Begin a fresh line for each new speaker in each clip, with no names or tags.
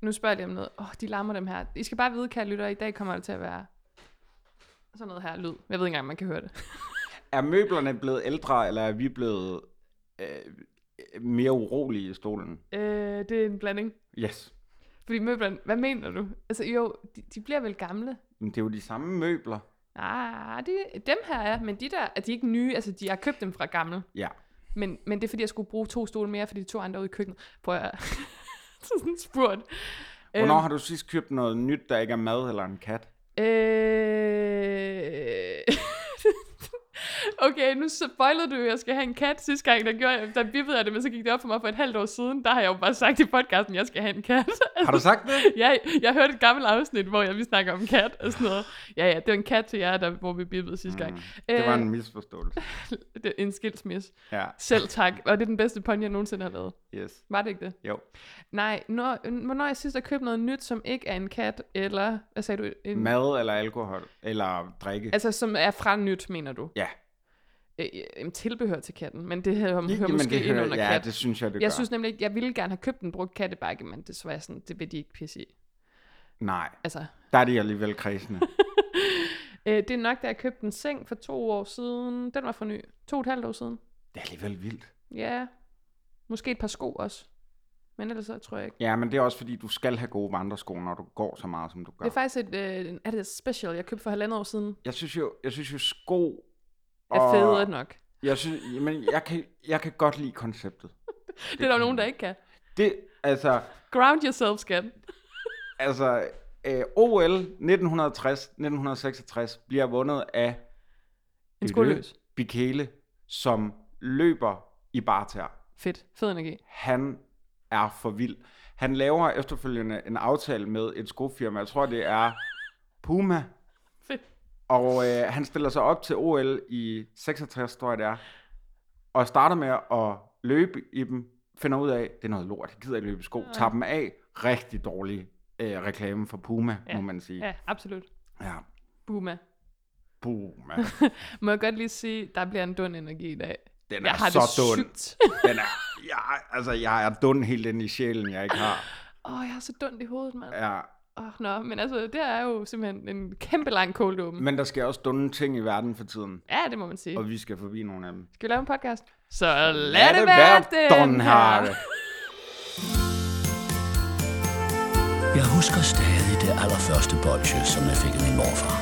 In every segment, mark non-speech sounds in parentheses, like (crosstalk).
nu spørger jeg lige om noget. Åh, oh, de larmer dem her. I skal bare vide, kære lytter, i dag kommer det til at være sådan noget her lyd. Jeg ved ikke engang, om man kan høre det.
Er møblerne blevet ældre, eller er vi blevet øh, mere urolige i stolen?
Øh, det er en blanding.
Yes.
Fordi møblerne, hvad mener du? Altså jo, de, de bliver vel gamle?
Men det er jo de samme møbler.
Ah, de, dem her er, men de der, er de ikke nye? Altså, de har købt dem fra gamle.
Ja.
Men, men det er, fordi jeg skulle bruge to stole mere, fordi de to andre ude i køkkenet. Prøv at (laughs) sådan spurgt.
Hvornår har du sidst købt noget nyt, der ikke er mad eller en kat?
Øh... (laughs) okay, nu så spoilede du, at jeg skal have en kat sidste gang, der, gjorde jeg, der bippede jeg det, men så gik det op for mig for et halvt år siden. Der har jeg jo bare sagt i podcasten, at jeg skal have en kat. (laughs)
Har du sagt det?
ja, jeg hørte et gammelt afsnit, hvor jeg vi snakker om en kat og sådan noget. Ja, ja, det var en kat til jer, der, hvor vi bippede sidste gang. Mm,
det var en misforståelse.
(laughs) det er en skilsmis.
Ja,
Selv tak. Og det er den bedste pony, jeg nogensinde har lavet.
yes.
Var det ikke det?
Jo.
Nej, når, hvornår jeg sidst har købt noget nyt, som ikke er en kat, eller, hvad sagde du? En,
Mad eller alkohol, eller drikke.
Altså, som er fra nyt, mener du?
Ja.
Øh, øh, tilbehør til katten, men det hører, hører
Jamen,
måske
det
ind under
ja,
kat.
det synes jeg, det
jeg
gør.
synes nemlig ikke, jeg ville gerne have købt en brugt kattebakke, men det var jeg sådan, det vil de ikke pisse i.
Nej,
Altså,
der er de alligevel kredsende.
øh, det er nok, da jeg købte en seng for to år siden. Den var for ny. To og et halvt år siden.
det er alligevel vildt.
Ja, måske et par sko også. Men ellers så tror jeg ikke.
Ja, men det er også fordi, du skal have gode vandresko, når du går så meget, som du gør.
Det er faktisk et, øh, er det et special, jeg købte for halvandet år siden.
Jeg synes jo, jeg synes jo sko...
Er federe nok.
Jeg synes, jamen, jeg kan, jeg kan godt lide konceptet.
(laughs) Det, det er der jo nogen, der ikke kan.
Det, altså,
Ground yourself, skat.
altså øh, OL 1960-1966 bliver vundet af
En
Jytte
skoløs.
Bikele, som løber i barter.
Fedt. Fed energi.
Han er for vild. Han laver efterfølgende en aftale med et skofirma, jeg tror det er Puma,
Fedt.
og øh, han stiller sig op til OL i 66, tror jeg det er, og starter med at løbe i dem, finder ud af, det er noget lort, jeg gider ikke løbe i sko, tager dem af, rigtig dårlig øh, reklame for Puma, ja. må man sige.
Ja, absolut.
Ja,
Boomer. (laughs)
Puma.
Må jeg godt lige sige, der bliver en dund energi i dag.
Den
jeg
er
har
så
det
dund.
sygt.
Den er, jeg, altså, jeg er dund helt ind i sjælen, jeg ikke har.
(laughs) Åh, oh, jeg har så dund i hovedet, mand. Åh,
Ja.
oh, nå, men altså, det er jo simpelthen en kæmpe lang cold open.
Men der sker også dunde ting i verden for tiden,
Ja, det må man sige.
og vi skal forbi nogle af dem.
Skal vi lave en podcast? Så lad det være den her.
Jeg husker stadig det allerførste bolsje, som jeg fik af min morfar.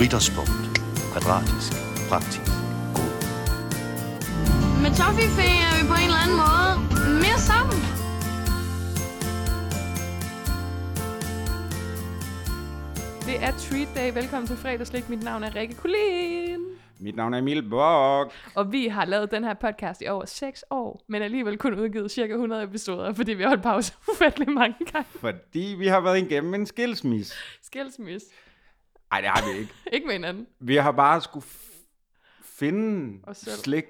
Ritterspunkt. Kvadratisk. Praktisk. God.
Med Toffifee er vi på en eller anden måde mere sammen.
Det er Treat Day. Velkommen til fredagslik. Mit navn er Rikke Kulin.
Mit navn er Emil Bok.
Og vi har lavet den her podcast i over 6 år, men alligevel kun udgivet cirka 100 episoder, fordi vi har holdt pause (laughs) ufattelig mange gange.
Fordi vi har været igennem en skilsmisse.
Skilsmis.
Nej, det har vi ikke.
Ikke med hinanden.
Vi har bare skulle f- finde
Os selv.
slik,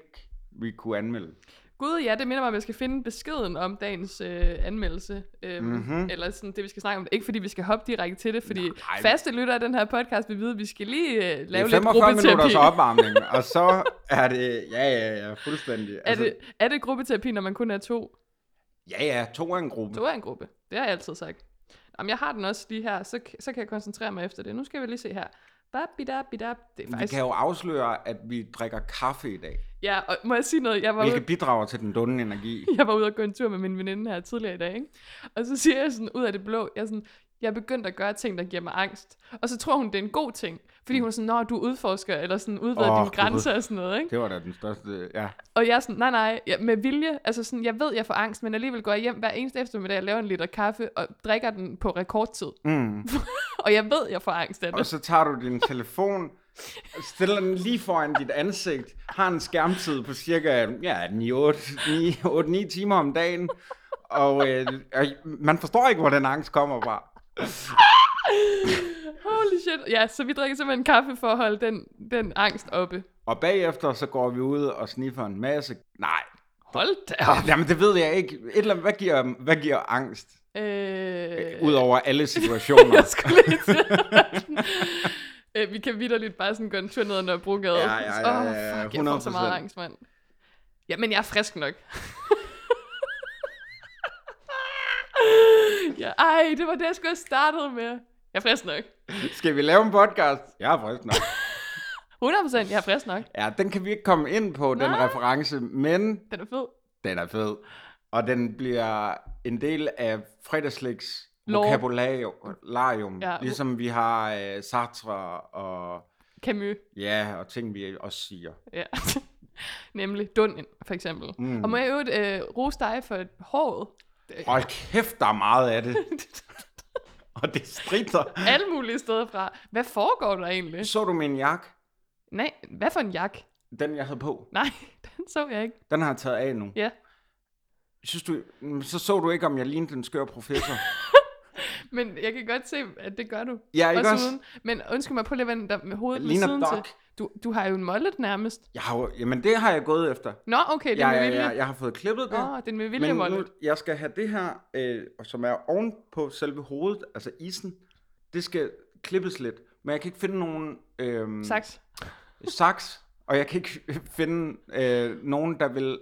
vi kunne anmelde.
Gud, ja, det minder mig om, at jeg skal finde beskeden om dagens øh, anmeldelse. Øhm,
Mhm.
mm-hmm. Eller sådan det, vi skal snakke om. Ikke fordi vi skal hoppe direkte til det, fordi Nej. faste lyttere af den her podcast vil vide, at vi skal lige øh,
Det er
lave lidt
45 minutters
gruppeterapi.
opvarmning, og så er det, ja, ja, ja, fuldstændig.
(laughs)
Altså,
Er det, er det gruppeterapi, når man kun er to?
Ja, ja, to er en gruppe.
To er en gruppe. Det har jeg altid sagt. Om jeg har den også lige her, så, så kan jeg koncentrere mig efter det. Nu skal vi lige se her. Babidabidab. Det er
Vi
faktisk...
kan jo afsløre, at vi drikker kaffe i dag,
Ja, og må jeg sige noget? Jeg var,
hvilket
ude,
bidrager til den dunde energi.
(laughs) jeg var ude og gå en tur med min veninde her tidligere i dag, ikke? Og så siger jeg sådan ud af det blå, jeg er sådan, jeg er begyndt at gøre ting, der giver mig angst. Og så tror hun, det er en god ting. Fordi hun er sådan, når du udforsker, eller sådan udvider
Åh,
oh,
Gud.
dine grænser og sådan noget, ikke?
Det var da den største, ja.
Og jeg er sådan, nej, nej, ja, med vilje. Altså sådan, jeg ved, jeg får angst, men alligevel går jeg hjem hver eneste eftermiddag og laver en liter kaffe og drikker den på rekordtid.
Mm.
(laughs) Og jeg ved, jeg får angst af
Og
det.
så tager du din telefon, stiller den lige foran dit ansigt, har en skærmtid på cirka ja, 8-9 timer om dagen, og øh, og man forstår ikke, hvor den angst kommer fra.
Holy shit. Ja, så vi drikker simpelthen kaffe for at holde den, den angst oppe.
Og bagefter så går vi ud og sniffer en masse. Nej,
Hold da op.
ah, jamen det ved jeg ikke. Et eller andet, hvad, giver, hvad giver angst?
Øh,
Udover alle situationer.
(laughs) jeg skulle lige til at- øh, Vi kan vidderligt bare sådan gå en tur ned ad Nørrebrogade.
Ja, ja, ja, ja, ja,
Åh, fuck, jeg får så
100%.
meget angst, mand. Ja, men jeg er frisk nok. (laughs) Ja, ej, det var det, jeg skulle have startet med. Jeg er frisk nok.
Skal vi lave en podcast? Ja, frisk nok.
100% jeg er frisk nok.
Ja, den kan vi ikke komme ind på, den
Nej.
reference, men
Den er fed.
Den er fed. Og den bliver en del af fredagsliks
Lov.
vokabularium.
Ja.
Ja. Ligesom vi har øh, Sartre og,
Camus.
ja, og ting, vi også siger.
Ja. (laughs) Nemlig dunden, for eksempel. Mm. Og må jeg i øvrigt øh, rose dig for håret? (laughs)
Hold kæft, der er meget af det. og det strider.
(laughs) Alle mulige steder fra. Hvad foregår der egentlig?
Så du min jakke?
Nej, hvad for en jak?
Den, jeg havde på.
Nej, (laughs) den så jeg ikke.
Den har jeg taget af nu.
Ja.
Synes du, mm, så så du ikke, om jeg lignede den skøre professor.
Men jeg kan godt se, at det gør du.
Ja, ikke også?
Uden. Men undskyld mig, prøv lige at vende dig med hovedet
Jeg
med
ligner
siden
Doc.
til. Du, du har jo en mollet nærmest.
Jeg har, jo- jamen, det har jeg gået efter.
Nå, okay, det er
Ja,
med
ja,
vilje.
ja, jeg har fået klippet det.
Åh, den med vilje
Men nu,
mollet.
jeg skal have det her, øh, og som er oven på selve hovedet, altså isen, det skal klippes lidt. Men jeg kan ikke finde nogen øh,
Saks.
saks, og jeg kan ikke (laughs) finde øh, nogen, der vil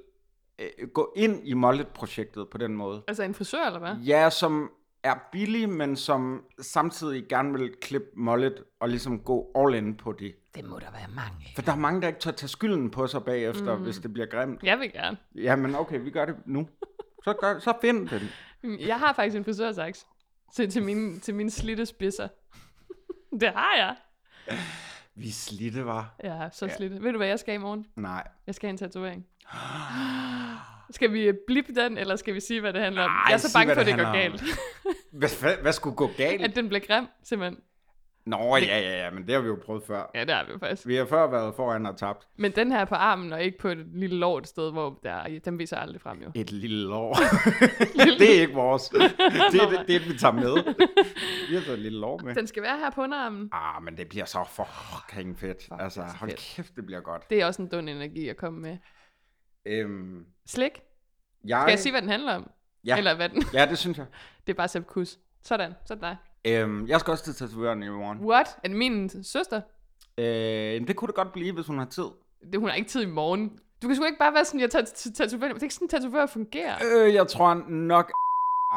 øh, gå ind i Mollet-projektet på den måde.
Altså en frisør, eller hvad?
Ja, som er billig, men som samtidig gerne vil klippe Mollet og ligesom gå all in på det.
Det må der være mange.
For der er mange, der ikke tør tage skylden på sig bagefter, mm. hvis det bliver grimt.
Jeg vil gerne.
Jamen okay, vi gør det nu. Så, gør, så find den.
Jeg har faktisk en frisørsaks til, til, mine, til mine slitte spidser. (laughs) det har jeg.
Vi er slidte, var.
Jeg er så ja. slidt. Ved du, hvad jeg skal i morgen?
Nej.
Jeg skal have en tatovering. (gasps) skal vi øh, blippe den, eller skal vi sige, hvad det handler om?
Ej,
jeg er så
sig,
bange
hvad
for, at
det
det går
handler om.
galt.
Hvad, hvad, hvad skulle gå galt?
at den bliver grim, simpelthen.
Nå, ja, ja, ja, men det har vi jo prøvet før.
Ja, det har vi jo faktisk.
Vi har før været foran og tabt.
Men den her er på armen, og ikke på et lille lort sted, hvor der, den viser jeg aldrig frem jo.
Et lille
(laughs)
lår. det er ikke vores. Det er det, det, vi tager med. Vi har taget et lille lår med.
Den skal være her på underarmen.
Ah, men det bliver så fucking fedt. Altså, hold kæft, det bliver godt.
Det er også en dum energi at komme med.
Øhm,
Slik.
jeg...
Skal jeg sige, hvad den handler om?
Ja.
Eller hvad den... (laughs)
Ja, det synes jeg.
Det er bare Sepp Kuss. Sådan. Sådan dig.
Øhm, jeg skal også til tatovøren i morgen.
What? Er det min søster?
Øh, det kunne det godt blive, hvis hun har tid.
Det, hun har ikke tid i morgen. Du kan sgu ikke bare være sådan, jeg tager til tatovør. Det er ikke sådan, tatovør fungerer.
Øh, jeg tror nok,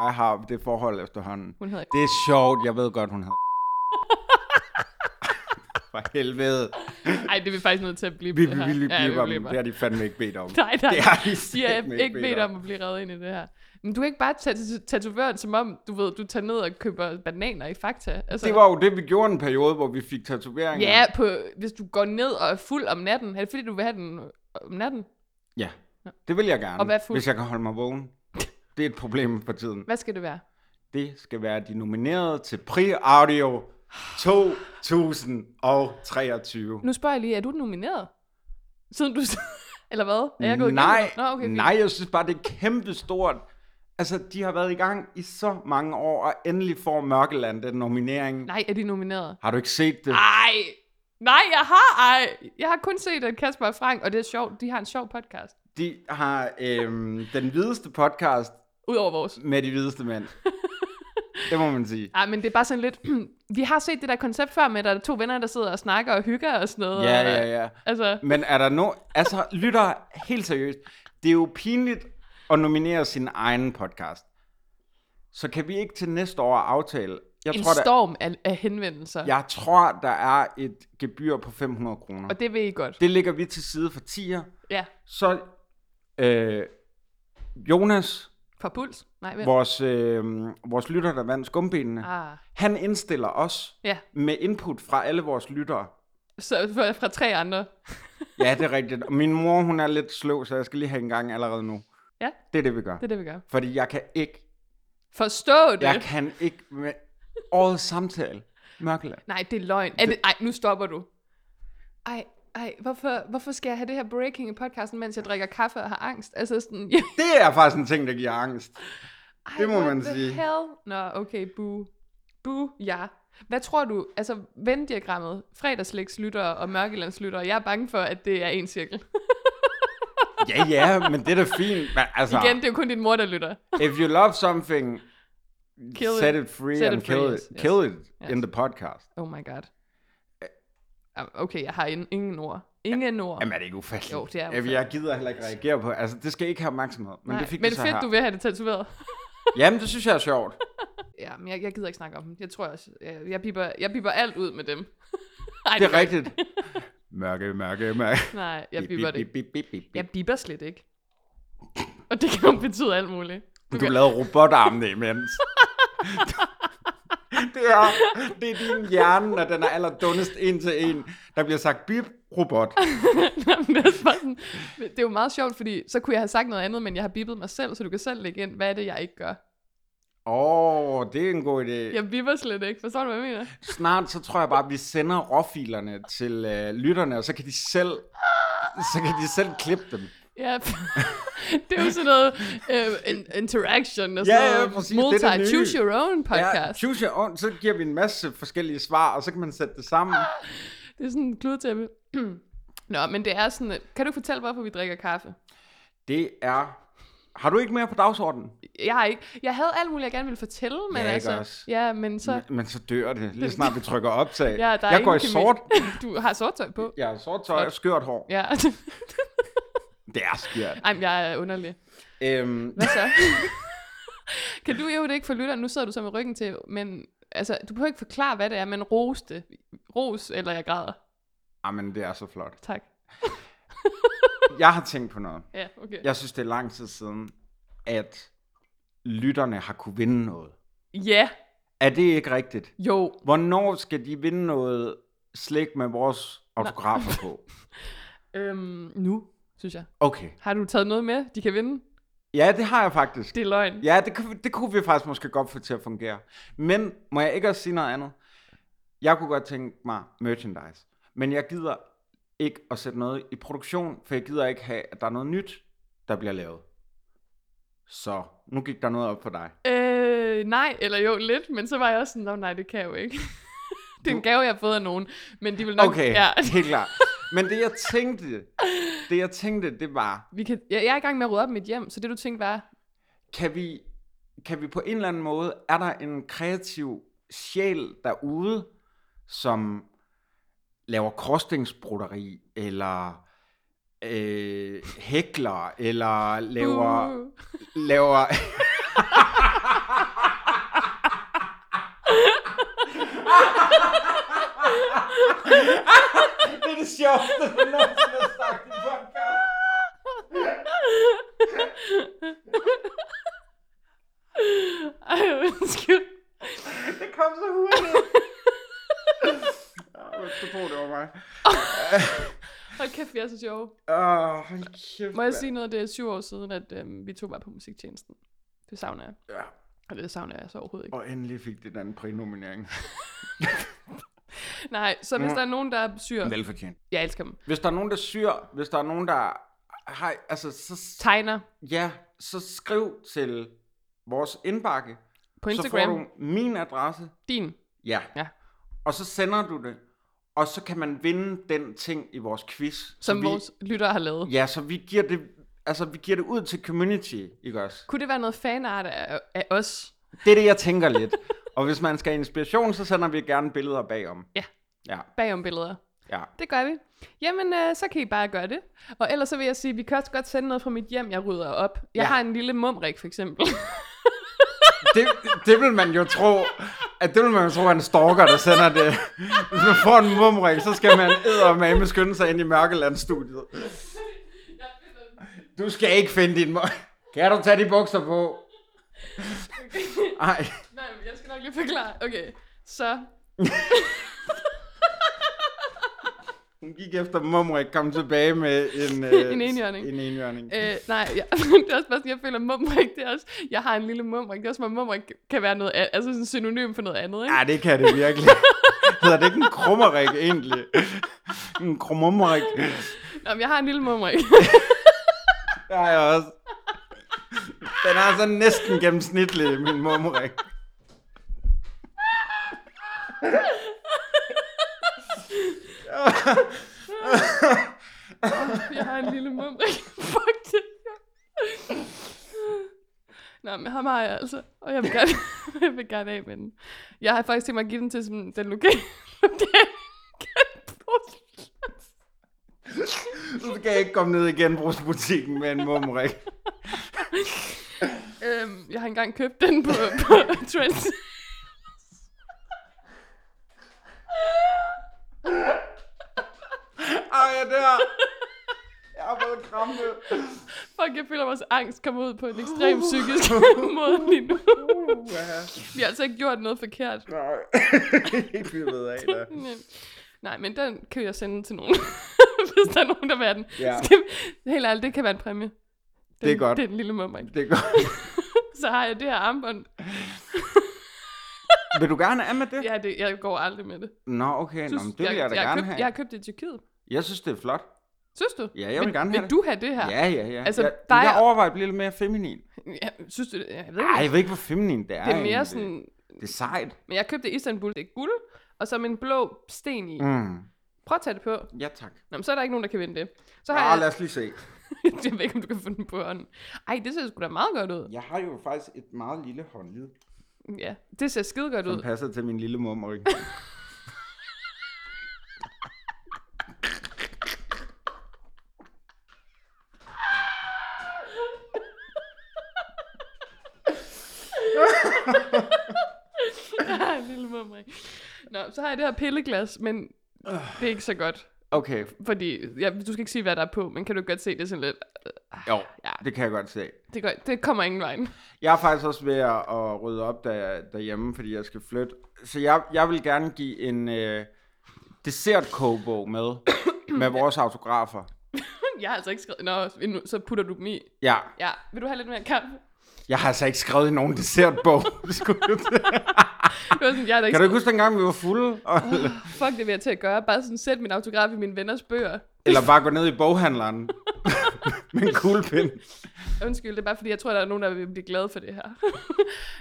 jeg har det forhold efterhånden.
Hun hedder ikke.
Det er sjovt, jeg ved godt, hun havde. (laughs) For helvede.
Ej, det er vi faktisk nødt til at blive
Vi
det her.
vil lige blive om,
blipper.
det har de fandme ikke bedt om.
(laughs) Nej, nej.
Det har de
De
fandme
er ikke bedt om at blive reddet ind i det her. Men du kan ikke bare tage til tatovøren, som om du ved, du tager ned og køber bananer i Fakta. Altså,
Det var jo det, vi gjorde en periode, hvor vi fik tatoveringer.
Ja, på, hvis du går ned og er fuld om natten. Er det fordi, du vil have den om natten?
ja. Det vil jeg gerne,
Og hvad fuld-
hvis jeg kan holde mig
(laughs)
vågen. Det er et problem for tiden.
Hvad skal det være?
Det skal være de nominerede til Pri Audio
Ah.
2023.
Nu spørger jeg lige, er du nomineret? Siden du... (laughs) Eller hvad? Er jeg gået
nej,
igennem? Nå, okay, fint.
nej, jeg synes bare, det er kæmpe stort. Altså, de har været i gang i så mange år, og endelig får Mørkeland den nominering.
Nej, Ah. er de nomineret?
Har du ikke set det?
Ej! Nej, jeg har ej! Jeg har kun set at Kasper og Frank, og det er sjovt. De har en sjov podcast.
De har øhm, den hvideste podcast
Udover vores.
med de hvideste
(laughs)
mænd. det må man sige.
Ej, men det er bare sådan lidt... (clears throat) vi har set det der koncept før med, at der er to venner, der sidder og snakker og hygger og sådan noget.
Ja,
og,
ja, ja.
Altså,
Men er der no... Altså, lytter helt seriøst. Det er jo pinligt at nominere sin egen podcast. Så kan vi ikke til næste år aftale... Jeg
en
tror, der,
storm af, af henvendelser.
jeg tror, der er et gebyr på 500 kroner.
Og det ved I godt.
Det lægger vi til side for 10'er.
Ja.
Så øh, Jonas,
For puls? Nej, vel?
vores, øh, vores lytter, der vandt skumbenene,
Ah,
han indstiller os
ja.
med input fra alle vores lyttere.
Så fra, fra tre andre.
Ja, det er rigtigt. Og min mor, hun er lidt sløv, så jeg skal lige have en gang allerede nu.
Ja.
Det er det, vi gør.
Det er det, vi gør.
Fordi jeg kan ikke,
Forstå det!
jeg kan ikke med årets samtale. Mørkeland.
Nej, det er løgn. Er det... Ej, nu stopper du. Ej, ej, hvorfor, hvorfor skal jeg have det her breaking i podcasten, mens jeg drikker kaffe og har angst? Altså sådan, (laughs) ja.
Det er faktisk en ting, der giver angst.
ej,
Det må
what
man
the
sige.
Hell? Nå, okay, boo. Boo, ja. Hvad tror du, altså venddiagrammet, fredagslægs lyttere og mørkelands lyttere, jeg er bange for, at det er en cirkel.
Ja, ja, men det er da fint. Men, altså,
Igen, det er jo kun din mor, der lytter.
if you love something,
Kill
set it free
Set
and
it
kill
free,
it,
yes, yes.
kill it
Yes.
in the podcast.
Oh my god. Ah, Okay, jeg har in, ingen ord. Ingen ord.
Jamen er det ikke ufatteligt?
Jo, det er
Jamen, Jeg gider heller ikke reagere på. Altså, det skal ikke have opmærksomhed. Men
Nej,
det fik
men
det så
fedt,
her.
du vil have det tatoveret. (laughs)
Jamen, det synes jeg er sjovt.
Ja, men jeg, jeg gider ikke snakke om dem. Jeg tror også, jeg, jeg, piper, jeg piper alt ud med dem. (laughs) Ej,
Det er
gør jeg
rigtigt. Mørke,
(laughs)
mørke, mørke.
ikke. Nej, jeg
Bip,
piper det.
bip, bip, bip, bip, bip.
Jeg piper slet ikke. Og det kan jo betyde alt muligt.
Du,
kan-
lavede robotarmene
(laughs)
imens. det, er, det er din hjerne, når den er allerdummest en til en. Der bliver sagt, bip, robot.
Jamen, (laughs) det, er også bare sådan, det er jo meget sjovt, fordi så kunne jeg have sagt noget andet, men jeg har bippet mig selv, så du kan selv lægge ind, hvad er det, jeg ikke gør.
Åh, oh, det er en god idé.
Jeg bipper slet ikke. Forstår du, hvad jeg mener?
Snart så tror jeg bare, at vi sender råfilerne til øh, lytterne, og så kan de selv så kan de selv klippe dem.
Ja, (laughs) det er jo sådan noget uh, interaction og
Ja,
sådan
ja,
noget
præcis, det er
multi
det nye.
choose your own
Ja,
podcast. Ja,
choose your own, så giver vi en masse forskellige svar, og så kan man sætte det sammen.
det er sådan en kludetæppe. (clears throat) Nå, men det er sådan, øh, kan du fortælle, hvorfor vi drikker kaffe?
Det er... Har du ikke mere på dagsordenen?
Jeg har ikke, jeg havde alt muligt, jeg gerne ville fortælle, men
Ja, ikke
altså,
også?
ja, men så,
Men, men så dør det, lige snart vi trykker optag.
ja, der er
jeg går i
ingen kemi.
sort,
(laughs) du har sort tøj på.
jeg har sort tøj og skørt hår.
Ja, (laughs)
Det er skørt.
Ej, men jeg er underlig.
Øhm,
Hvad så? (laughs) kan du jo det ikke for lytteren? Nu sidder du så med ryggen til, men altså, du behøver ikke forklare, hvad det er, men ros det. Ros, eller jeg græder.
jamen, det er så flot.
Tak.
Jeg har tænkt på noget.
Ja, okay. Ja,
Jeg synes, det er lang tid siden, at lytterne har kunne vinde noget.
ja
Er det ikke rigtigt?
jo.
Hvornår skal de vinde noget slik med vores autografer på?
Øhm, nu, synes jeg.
Okay.
Har du taget noget med, de kan vinde?
Ja, det har jeg faktisk.
Det er løgn.
Ja, det, kunne- det kunne vi faktisk måske godt få til at fungere. Men må jeg ikke også sige noget andet? Jeg kunne godt tænke mig merchandise. Men jeg gider ikke at sætte noget i produktion, for jeg gider ikke have, at der er noget nyt, der bliver lavet. Så nu gik der noget op for dig.
Øh, nej, eller jo lidt, men så var jeg også sådan, "Nå, nej, det kan jeg jo ikke. (laughs) det er en gave, jeg har fået af nogen, men de vil nok...
Okay,
Ja,
(laughs) helt klart. Men det jeg tænkte, det jeg tænkte, det var,
vi kan, jeg, jeg er i gang med at rydde op i mit hjem, så det du tænkte var,
kan vi, kan vi på en eller anden måde, er der en kreativ sjæl derude, som laver korsstængsbrutteri, eller øh, hækler, eller laver...
Uh.
laver (laughs) det er det sjoveste, jeg nogensinde har sagt i podcast.
Ej, undskyld.
Det kom så
(laughs)
hurtigt. Jeg skulle tro, det var mig.
Hold kæft, vi er så sjove.
Åh, hold kæft.
Må jeg
mand.
sige noget? Det er syv år siden, at øhm, vi to var på musiktjenesten. Det savner jeg.
Ja.
Eller det savner jeg så overhovedet ikke.
Og endelig fik det den prænominering.
Nej, så
Mm.
hvis der er nogen, der er syr...
(laughs) Velfortjent.
Jeg elsker dem.
Hvis der er nogen, der syr, hvis der er nogen, der har, altså, så,
Tegner
ja, så skriv til vores indbakke.
på
Så
Instagram.
får du min adresse.
Din.
Ja.
Ja.
Og så sender du det. Og så kan man vinde den ting i vores quiz.
Som vi... vores lyttere har lavet.
Ja, så vi giver det, altså, vi giver det ud til community, ikke også?
Kunne det være noget fanart af, af os?
Det er det, jeg tænker lidt. Og hvis man skal have inspiration, så sender vi gerne billeder bagom.
Ja.
Ja,
Bagom billeder.
ja.
Det gør vi. Jamen, øh, så kan I bare gøre det. Og ellers så vil jeg sige, at vi kan også godt sende noget fra mit hjem, jeg rydder op. Jeg
Ja.
har en lille mumrik, for eksempel.
Det, det vil man jo tro, at det vil man jo tro, at en stalker, der sender det. Hvis man får en mumring, så skal man eddermame skynde sig ind i Mørkeland-studiet.
(laughs)
Du skal ikke finde din mor. Kan du tage de bukser på? Ej.
Nej, men jeg skal nok lige forklare. Okay, så
Hun gik efter mumring, kom tilbage med en... Øh,
(laughs) En enhjørning.
En enhjørning.
Øh, nej, (laughs) jeg, det er også bare sådan, jeg føler, at mumrik, det er også, jeg har en lille mumrik, det er også, at mumrik kan være noget, a- altså sådan synonym for noget andet, ikke?
Ja, det kan det virkelig. Hedder det ikke en krummerik egentlig? En krummerik.
Nå, men jeg har en lille mumrik.
Der er jeg også. Den er så næsten gennemsnitlig, min mummerik.
jeg har en lille mumrik. (laughs) Fuck det. Nå, men ham har jeg altså, og jeg vil gerne, (laughs) jeg vil gerne af med den. Jeg har faktisk tænkt mig at give den til sådan, den lokale, (laughs) lokale genbrugs-
Du skal ikke komme ned i genbrugsbutikken med en mummerik.
øhm, jeg har engang købt den på, på Trends. Fuck, jeg føler, at vores angst kommer ud på en ekstrem
Uh. (laughs)
psykisk måde lige nu. Vi har altså ikke gjort noget forkert.
Nej, ikke vi ved af det.
Men, nej, men den kan jeg sende til nogen, (laughs) hvis der er nogen, der vil have den.
Ja.
Skal, vi- helt ærligt, det kan være en præmie. Den,
Det er godt.
Det er den lille mumring.
Det er godt.
(laughs) Så har jeg det her armbånd.
Vil du gerne af med det?
Ja, det, jeg går aldrig med det.
Nå, okay. Nå, men det vil jeg da
jeg, har
gerne
købt,
have.
jeg har købt det i Tyrkiet.
Jeg synes, det er flot.
Synes du?
Ja, jeg vil
men,
gerne
Vil
have det.
du have det her?
Ja, ja, ja.
Altså,
jeg,
der
jeg
er-
overvejer at blive lidt mere feminin.
ja synes du det? Jeg ved
Nej,
ikke.
jeg ved ikke, hvor feminin det er.
Det er mere
egentlig.
sådan...
Det er sejt.
Men jeg købte i Istanbul, det er guld, og så med en blå sten i.
Mm.
Prøv at tage det på.
Ja, tak.
Nå, men så er der ikke nogen, der kan vinde det. Så har
Ah,
jeg...
lad os lige se.
(laughs) jeg ved ikke, om du kan finde den på hånden. Ej, det ser sgu da meget godt ud.
Jeg har jo faktisk et meget lille håndled,
Ja, det ser skide godt
som
ud.
passer til min lille mumring.
Ja, en (laughs) lille mumring. Nå, så har jeg det her pilleglas, men det er ikke så godt.
(laughs) Okay,
Fordi, ja, du skal ikke sige, hvad der er på, men kan du godt se det er sådan lidt?
jo,
Ja.
det kan jeg godt se.
Det, går, det kommer ingen vej.
Jeg er faktisk også ved at, at rydde op der, derhjemme, fordi jeg skal flytte. Så jeg, jeg vil gerne give en øh, dessert-kogebog (coughs) med, med vores autografer.
(laughs) Jeg har altså ikke skrevet... Nå, endnu, så putter du dem i.
Ja,
Ja, vil du have lidt mere kaffe?
jeg har altså ikke skrevet nogen (laughs) dessertbog. Skulle du til-
Det var sådan, jeg har da ikke
Ah, kan du ikke huske dengang, vi var fulde? Og,
skrevet- Fuck, det vil jeg til at gøre. Bare sådan sæt min autograf i mine venners bøger.
(laughs) eller bare gå ned i (laughs) boghandleren med en kuglepind.
Undskyld, det er bare fordi, jeg tror, der er nogen, der vil blive glade for det her.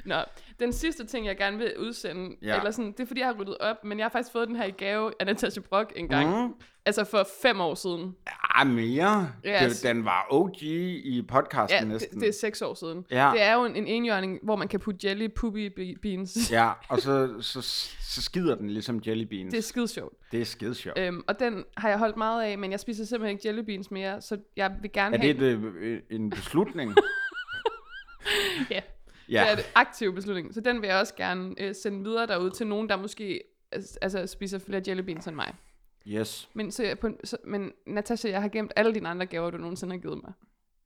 (laughs) Nå, den sidste ting, jeg gerne vil udsende, ja.
Ja.
eller sådan, det er fordi, jeg har ryddet op, men jeg har faktisk fået den her i gave af Natasha Brock en gang. Mm.
Mhm.
Altså for fem år siden.
Ah, mere.
Yes.
Yes. Det, den var OG i podcasten
Ja, det,
næsten.
det er seks år siden.
Ja.
Det er jo en, en enhjørning, hvor man kan putte jelly puppy be- beans. Ja.
Ja, og så, så, så skider den ligesom jellybeans.
(laughs) det er
Det,
skide sjovt.
det er skide sjovt.
Øhm, og den har jeg holdt meget af, men jeg spiser simpelthen ikke jelly beans mere, så jeg vil gerne
er det
have...
et, øh, en beslutning? (laughs)
(laughs) Ja.
ja.
Det er en aktiv beslutning. Så den vil jeg også gerne øh, sende videre derude til nogen, der måske altså, spiser flere jelly beans end mig.
Yes.
Men, så, jeg på, så, men Natasha, jeg har gemt alle dine andre gaver, du nogensinde har givet mig.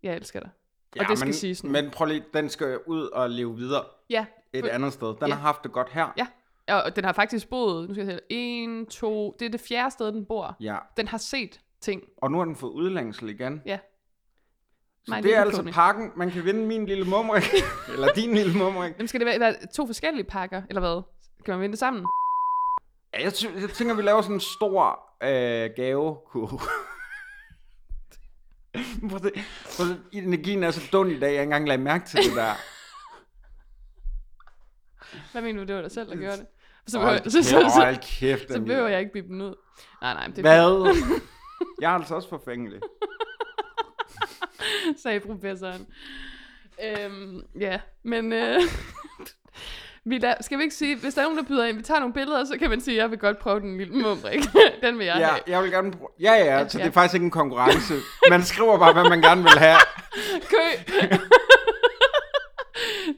Jeg elsker dig. Ja, og det skal
men,
siges nu.
Men prøv lige, den skal jo ud og leve videre
ja,
et
for-
andet sted. Den
ja.
har haft det godt her.
ja. Og, og den har faktisk boet, nu skal jeg tælle, en, to, det er det fjerde sted, den bor.
ja.
Den har set ting.
Og nu har den fået udlængsel igen.
Ja.
Så
Mig
det er
lille
altså
pony.
pakken. Man kan vinde min lille mumrik.
(laughs)
eller din lille mumrik.
Jamen, skal det være, være to forskellige pakker, eller hvad? Kan man vinde det sammen?
Ja, jeg, ty- jeg tænker, vi laver sådan en stor øh, gavekurve. (laughs) Prøv at se- prøv at se, Energien er så dum i dag, jeg ikke engang lagde mærke til
(laughs)
det der.
Hvad mener du, det var dig
Øh,
selv, der gjorde det? Så
Hold
behøver, (laughs) så, så,
kæft,
så,
hold kæft,
så
Emilie.
behøver jeg ikke bippe den ud. Nej, nej, men det er (laughs)
Hvad? Jeg er altså også forfængelig.
fint, (laughs) sagde professoren. Øhm, ja, men... Øh, (laughs) vi la- skal vi ikke sige, hvis der er nogen, der byder ind, vi tager nogle billeder, så kan man sige, jeg vil godt prøve den lille mumrik. (laughs) den vil jeg
Ja,
have.
jeg vil gerne prøve. Ja, ja, så
Ja.
det er faktisk ikke en konkurrence. Man skriver bare, hvad man gerne vil have.
Kø! (laughs)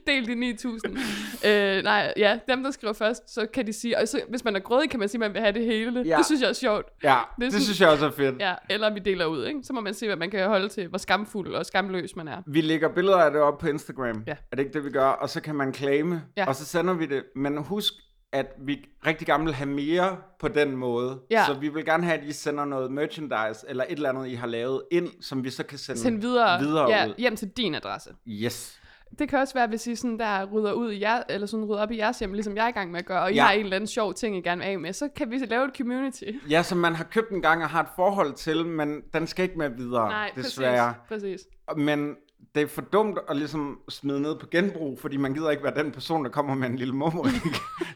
Del de 9.000. Øh, nej, ja, dem der skriver først, så kan de sige, og så, hvis man er grådig, kan man sige, at man vil have det hele.
Ja.
Det synes jeg er sjovt.
Ja,
Det er
det
sådan-
synes jeg også er fedt.
Ja, eller vi deler ud, ikke? Så må man se, hvad man kan holde til, hvor skamfuld og skamløs man er.
Vi lægger billeder af det op på Instagram.
Ja.
Er det ikke det, vi gør? Og så kan man claime,
Ja.
og så sender vi det. Men husk, at vi rigtig gerne vil have mere på den måde.
Ja.
Så vi vil gerne have, at I sender noget merchandise, eller et eller andet, I har lavet ind, som vi så kan sende,
Send videre,
videre
ja,
ud.
hjem til din adresse.
Yes.
Det kan også være, hvis I sådan der rydder, ud i jer, eller sådan rydder op i jeres hjem, ligesom jeg er i gang med at gøre, og I
Ja.
har en eller anden sjov ting, I gerne vil af med, så kan vi lave et community.
Ja, som man har købt en gang og har et forhold til, men den skal ikke med videre,
Nej,
desværre.
præcis. præcis.
Men det er for dumt at ligesom smide ned på genbrug, fordi man gider ikke være den person, der kommer med en lille mormor.
(laughs)
som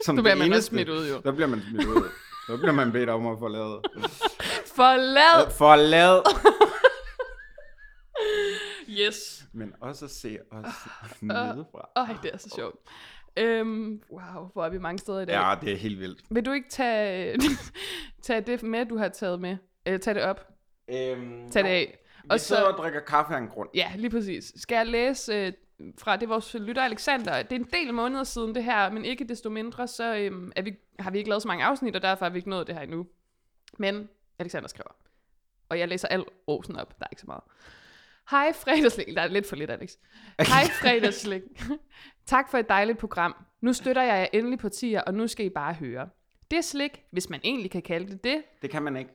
Så
det
bliver man også
eneste.
smidt ud, jo.
Der bliver man smidt ud. Der bliver man bedt om at forlade.
Forlad!
Forlad!
Yes!
Men også at se os nedefra.
Øj, det er så sjovt. Øhm, wow, hvor er vi mange steder i dag.
Ja, det er helt vildt.
Vil du ikke tage, (laughs) tage det med, du har taget med? Øh, tag det op.
Øhm,
Tag det af.
Vi sidder og drikker kaffe af en grund.
Ja, lige præcis. Skal jeg læse øh, fra, det er vores lytter Alexander, det er en del måneder siden det her, men ikke desto mindre, så øhm, er vi, har vi ikke lavet så mange afsnit, og derfor har vi ikke nået det her endnu. Men Alexander skriver, og jeg læser al Åsen op, der er ikke så meget. Hej fredagslik. Der er lidt for lidt, Alex. Hej fredagslik. tak for et dejligt program. Nu støtter jeg jer endelig partier, og nu skal I bare høre. Det slik, hvis man egentlig kan kalde det det,
Det kan man ikke.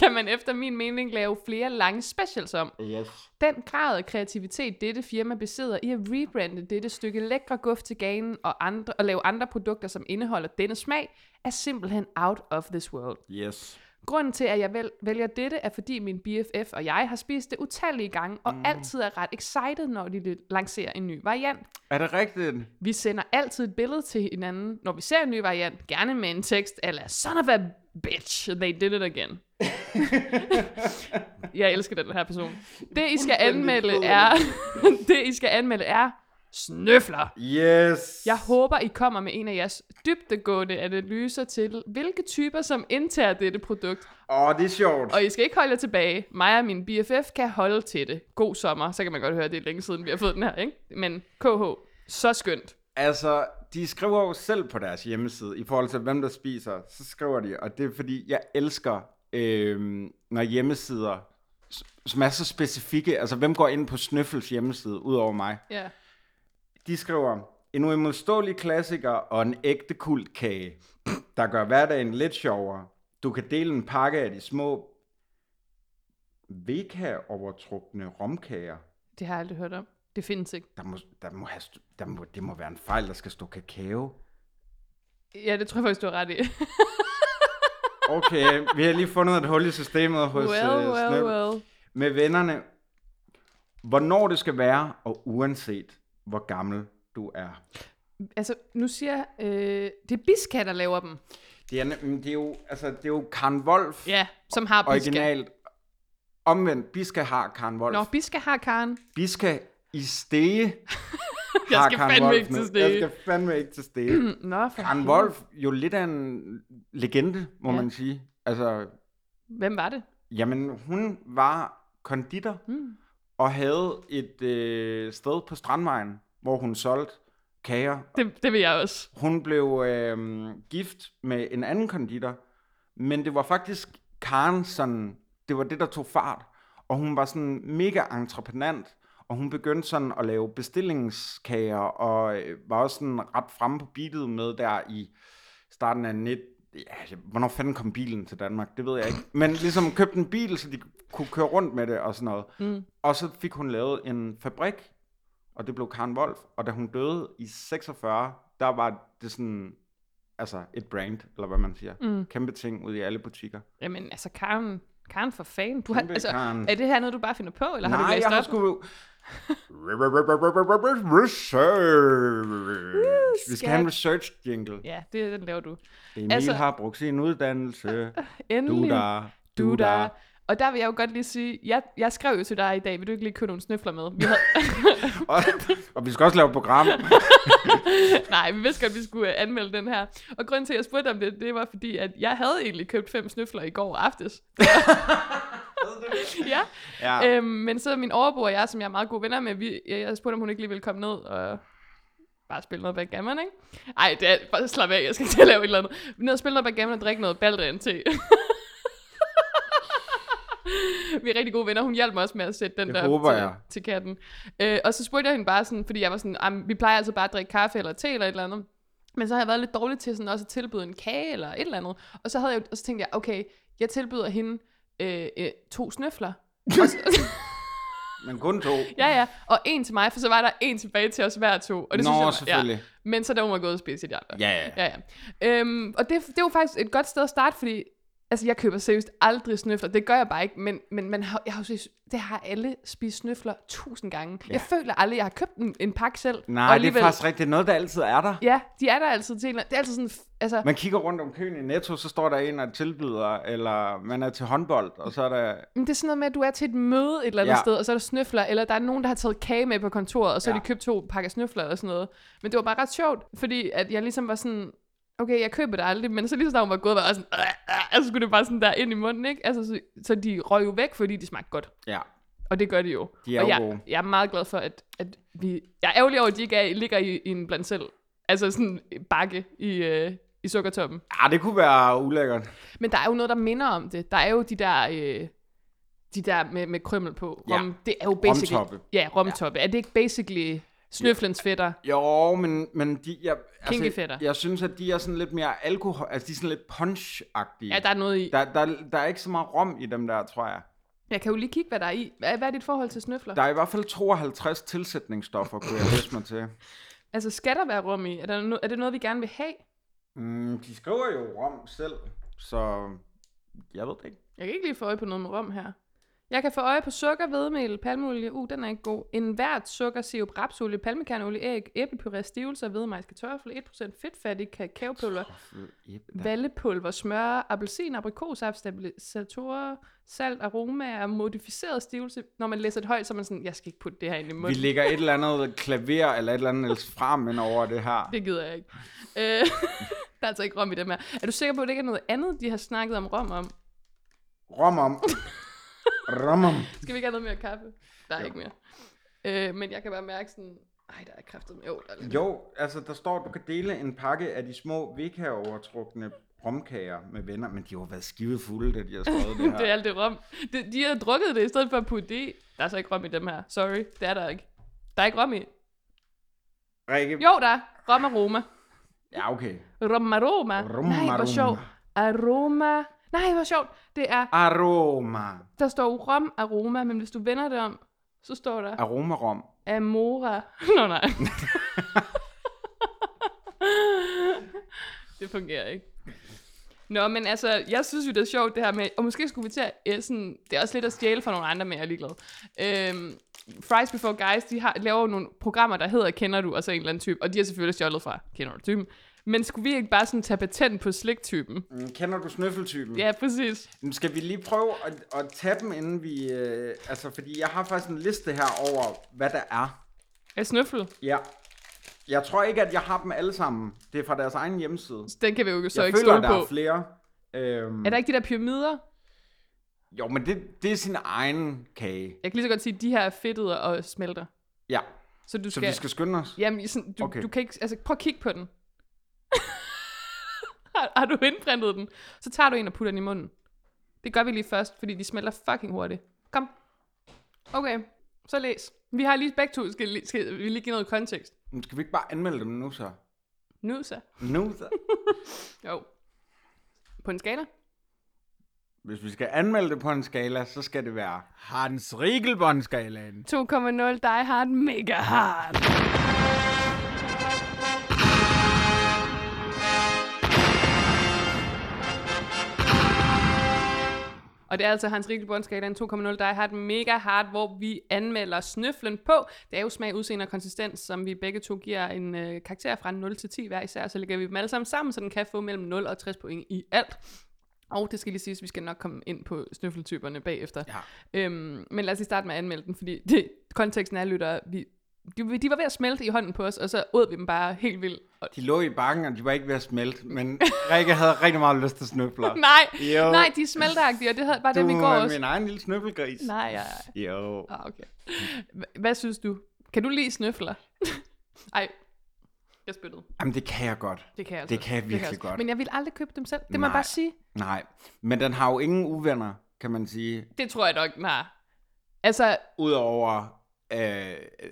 kan man efter min mening lave flere lange specials om.
Yes.
Den grad af kreativitet, dette firma besidder i at rebrande dette stykke lækre guf til ganen og, andre, og lave andre produkter, som indeholder denne smag, er simpelthen out of this world.
Yes.
Grunden til, at jeg væl- vælger dette, er fordi min BFF og jeg har spist det utallige gange, og mm. altid er ret excited, når de l- lancerer en ny variant.
Er det rigtigt?
Vi sender altid et billede til hinanden, når vi ser en ny variant, gerne med en tekst, eller son of a bitch, they did it again. jeg elsker den her person. Det, I skal anmelde er, (laughs) det, I skal anmelde er snøfler.
Yes.
Jeg håber, I kommer med en af jeres dybtegående analyser til, hvilke typer, som indtager dette produkt,
Åh, det er sjovt.
og I skal ikke holde jer tilbage. Mig og min BFF kan holde til det. God sommer. Så kan man godt høre, at det er længe siden, vi har fået den her, ikke? Men KH, så skønt.
Altså, de skriver jo selv på deres hjemmeside, i forhold til hvem der spiser, så skriver de, og det er fordi, jeg elsker, øhm, når hjemmesider, s- som er så specifikke, altså hvem går ind på Snøffels hjemmeside, ud over mig,
Ja.
de skriver, en uimodståelig klassiker og en ægte kultkage, der gør hverdagen lidt sjovere. Du kan dele en pakke af de små vega-overtrukne romkager.
Det har jeg aldrig hørt om. Det findes ikke.
Der må, der må have, st- der må, det må være en fejl, der skal stå kakao.
Ja, det tror jeg faktisk, du har
(laughs)
ret i.
Okay, vi har lige fundet et hul i systemet hos
well,
øh,
well,
Snøb.
well.
Med vennerne. Hvornår det skal være, og uanset hvor gammel du er.
Altså, nu siger jeg, øh, det er Biska, der laver dem.
Det er, nem- men det er jo, altså, det er jo Karen Wolf
Ja, som har Biska.
originalt. Omvendt, Biska har Karen Wolf.
Nå, Biska har Karen. (clears throat)
Biska i Stege
(laughs) Jeg
har
skal
Karen
fandme
Wolf
ikke til
nu.
Stege.
Jeg skal fandme ikke til
(clears throat)
Stege.
Nå, for
Karen
helvede.
Wolf, jo lidt af en legende, må
Ja.
ja. man sige. Altså,
Hvem var det?
Jamen, hun var konditor mm. og havde et øh, sted på Strandvejen, hvor hun solgte kager.
det? Det vil jeg også.
Hun blev øh, gift med en anden konditor, men det var faktisk Karen, sådan, det var det, der tog fart. Og hun var sådan mega entreprenant, og hun begyndte sådan at lave bestillingskager, og øh, var også sådan ret fremme på beatet med der i starten af 19... Ja, jeg- hvornår fanden kom bilen til Danmark? Det ved jeg ikke. Men ligesom købte en bil, så de kunne køre rundt med det og sådan noget. Mm. Og så fik hun lavet en fabrik, og det blev Karen Wolf. Og da hun døde i 46, der var det sådan altså et brand, eller hvad man siger. Mm. Kæmpe ting ud i alle butikker.
Jamen, altså, Karen... Karen for fan. Du har,
Kæmpe
altså,
Karen.
Er det her noget, du bare finder på, eller har du
Nej,
læst
jeg har
op?
sgu... Research. Vi skal have en research jingle.
Ja, det den laver du.
Emil
Altså-
har brugt
(laughs)
sin uddannelse. Du
Endelig.
der,
Du
du
der.
der.
Og der vil jeg jo godt lige sige, jeg, jeg skrev jo til dig i dag, vil du ikke lige købe nogle snøfler med? Vi havde, (laughs)
Og, og vi skal også lave et program.
nej, vi vidste godt, at vi skulle øh, anmelde den her. Og grunden til, at jeg spurgte om det, det var fordi, at jeg havde egentlig købt fem snøfler i går aftes. ja,
Ja.
øhm, men så min overbo og jeg, som jeg er meget gode venner med, vi, jeg, jeg spurgte, om hun ikke lige ville komme ned og bare spille noget backgammon, ikke? Ej, det er, bare slap af, jeg skal ikke til at lave et eller andet. Vi er ned og spille noget backgammon og drikke noget baldrian te. (laughs) Vi er rigtig gode venner. Hun hjalp mig også med at sætte den
Det
der
håber
til,
jeg.
til katten. Øh, og så spurgte jeg hende bare sådan, fordi jeg var sådan, "Jamen, vi plejer altså bare at drikke kaffe eller te eller et eller andet. Men så har jeg været lidt dårlig til sådan også at tilbyde en kage eller et eller andet. Og så, havde jeg, og så tænkte jeg, okay, jeg tilbyder hende øh, øh, to snøfler. Og så,
Men kun to.
ja, ja. Og en til mig, for så var der en tilbage til os hver to. Og det
Nå,
synes jeg, var-
selvfølgelig.
Ja. Men så der hun var gået og spise i de andre.
Ja, ja.
ja, ja. Øhm, og det, det var faktisk et godt sted at starte, fordi altså, jeg køber seriøst aldrig snøfler. Det gør jeg bare ikke, men, men man har, jeg har jo seriøst, det har alle spist snøfler tusind gange. Ja. Jeg føler aldrig, jeg har købt en, en pakke selv. og
Nej, det er faktisk rigtigt. Det er noget, der altid er der.
Ja, de er der altid til en eller anden- Det er altid sådan, f- altså,
Man kigger rundt om køen i Netto, så står der en og tilbyder, eller man er til håndbold, og så er der...
Men det er sådan noget med, at du er til et møde et eller andet ja.
Ja.
sted, og så er der snøfler, eller der er nogen, der har taget kage med på kontoret, og så ja. har
Ja.
de købt to pakker snøfler eller sådan noget. Men det var bare ret sjovt, fordi at jeg ligesom var sådan, okay, jeg køber det aldrig, men så lige så snart hun var gået, var jeg sådan, "Åh, åh," altså skulle det bare sådan der ind i munden, ikke? Altså, så, så de røg jo væk, fordi de smagte godt.
Ja.
Og det gør de jo.
De er
og
jo
jeg,
gode.
jeg er meget glad for, at, at vi... Jeg er ærgerlig over, at de ikke er, ligger i, i en blandt selv. Altså sådan en bakke i, øh, i sukkertoppen.
Ah, det kunne være ulækkert.
Men der er jo noget, der minder om det. Der er jo de der... Øh, de der med, med krymmel på.
Ja.
Rom, det er jo basically...
Romtoppe.
Ja, romtoppe. Ja. Er det ikke basically snøflens fætter?
Jo, men, men de, jeg, altså,
Kinkefætter.
jeg synes, at de er sådan lidt mere alkohol, altså de er sådan lidt punch-agtige.
Ja, der er noget i.
der, der, der er ikke så meget rom i dem der, tror jeg.
Jeg kan jo lige kigge, hvad der er i. Hvad, hvad er dit forhold til snøfler?
Der er i hvert fald 52 tilsætningsstoffer, kunne jeg læse mig til.
Altså, skal der være rum i? Er, der no- er det noget, vi gerne vil have?
Mm, de skriver jo rom selv, så jeg ved det ikke.
Jeg kan ikke lige få øje på noget med rom her. Jeg kan få øje på sukker, hvedemel, palmeolie. Uh, den er ikke god. En hvert sukker, sirup, rapsolie, palmekerneolie, æg, æblepuré, stivelse, hvedemejs, kartofle, 1% fedtfattig, kakaopulver,
øh,
vallepulver, smør, appelsin, aprikosaft, stabilisatorer, salt, aromaer, modificeret stivelse. Når man læser det højt, så er man sådan, jeg skal ikke putte det her ind i
Vi
munden.
lægger et eller andet klaver eller et eller andet Niels Fram ind over det her.
Det gider jeg ikke. Øh, (laughs) der er altså ikke rom i dem her. Er du sikker på, at det ikke er noget andet, de har snakket om rom om?
Rom (laughs) om. Rom om.
Skal vi ikke have noget mere kaffe? Der er jo. ikke mere. Øh, men jeg kan bare mærke sådan, ej, der er kræftet med. Jo, der er lidt.
Jo, altså der står, at du kan dele en pakke af de små vika-overtrukne romkager med venner, men de har jo været skivet fulde, da de har skrevet
(laughs)
det her.
Det er alt det rom. De, de har drukket det i stedet for at putte det i. Der er så ikke rom i dem her. Sorry, det er der ikke. Der er ikke rom i.
Rikke,
Jo, der er. Rom aroma.
ja okay.
Rom aroma.
Rom
Nej, hvor
aroma.
sjovt. Aroma. Nej, hvor sjovt. Det er,
Aroma.
der står rom aroma, men hvis du vender det om, så står der
Aromarom.
Amora. (laughs) Nå nej. det fungerer ikke. Nå, men altså, jeg synes jo, det er sjovt det her med, og måske skulle vi til at, øh, sådan, det er også lidt at stjæle fra nogle andre, men jeg er ligeglad. Øhm, Fries Before Guys, de har, laver jo nogle programmer, der hedder Kender Du, og så en eller anden type, og de er selvfølgelig stjålet fra Kender Du Typen. Men skulle vi ikke bare sådan tage patent på sliktypen?
Mm, Kender du snøffeltypen?
Ja, præcis.
Men Skal vi lige prøve at, at tage dem, inden vi... Øh, altså, fordi jeg har faktisk en liste her over, hvad der er.
Jeg snøffel.
Ja. Jeg tror ikke, at jeg har dem alle sammen. Det er fra deres egen hjemmeside.
Den kan vi jo så
jeg
ikke
føler,
stole
der er
på.
flere. Øhm,
Er der ikke de der pyramider?
Jo, men det, det er sin egen kage.
Jeg kan lige så godt sige, at de her er fedtede og smelter.
Ja,
Så du
så
skal...
vi skal skynde os.
Jamen, sådan, du, okay.
Okay.
du kan ikke... Altså, prøv at kigge på den. (laughs) har, har du indprintet den? Så tager du en og putter den i munden. Det gør vi lige først, fordi de smelter fucking hurtigt. Kom. Okay, så læs. Vi har lige begge to, skal, li- skal vi lige give noget kontekst.
Men Skal vi ikke bare anmelde dem nu så?
Nu så.
Nu
(laughs)
så?
Jo. På en skala?
Hvis vi skal anmelde det på en skala, så skal det være Hans Riegelbånd-skalaen.
2,0 Die Hard Mega Hard. Og det er altså Hans Rikkelbåndskalaen 2.0, der har et mega hard, hvor vi anmelder snøflen på. Det er jo smag, udseende og konsistens, som vi begge to giver en øh, karakter fra 0 til 10 hver især. Så lægger vi dem alle sammen sammen, så den kan få mellem 0 og 60 point i alt. Og det skal lige siges, vi skal nok komme ind på snøffeltyperne bagefter.
Ja.
Øhm, men lad os lige starte med at anmelde den, fordi det, konteksten er, lytter, vi, de, de var ved at smelte i hånden på os, og så åd vi dem bare helt vildt. Og,
De lå i bakken, og de var ikke ved at
(laughs)
smelte, men Rikke havde rigtig meget lyst til snøfler.
nej,
Jo.
nej, de er smelteagtige, og det havde- var
Du
dem i går
er
også.
min egen lille snøffelgris.
Nej, nej, nej.
Jo.
Ah, okay. H- hvad synes du? Kan du lide snøfler? (laughs) Ej, jeg spyttede.
Jamen, det kan jeg godt.
Det kan jeg altså.
Det kan jeg virkelig
også.
godt.
Men jeg vil aldrig købe dem selv. Det må jeg
Nej.
bare sige.
Nej, men den har jo ingen uvenner, kan man sige,
Det tror jeg nok, den har. Altså,
udover øh, øh,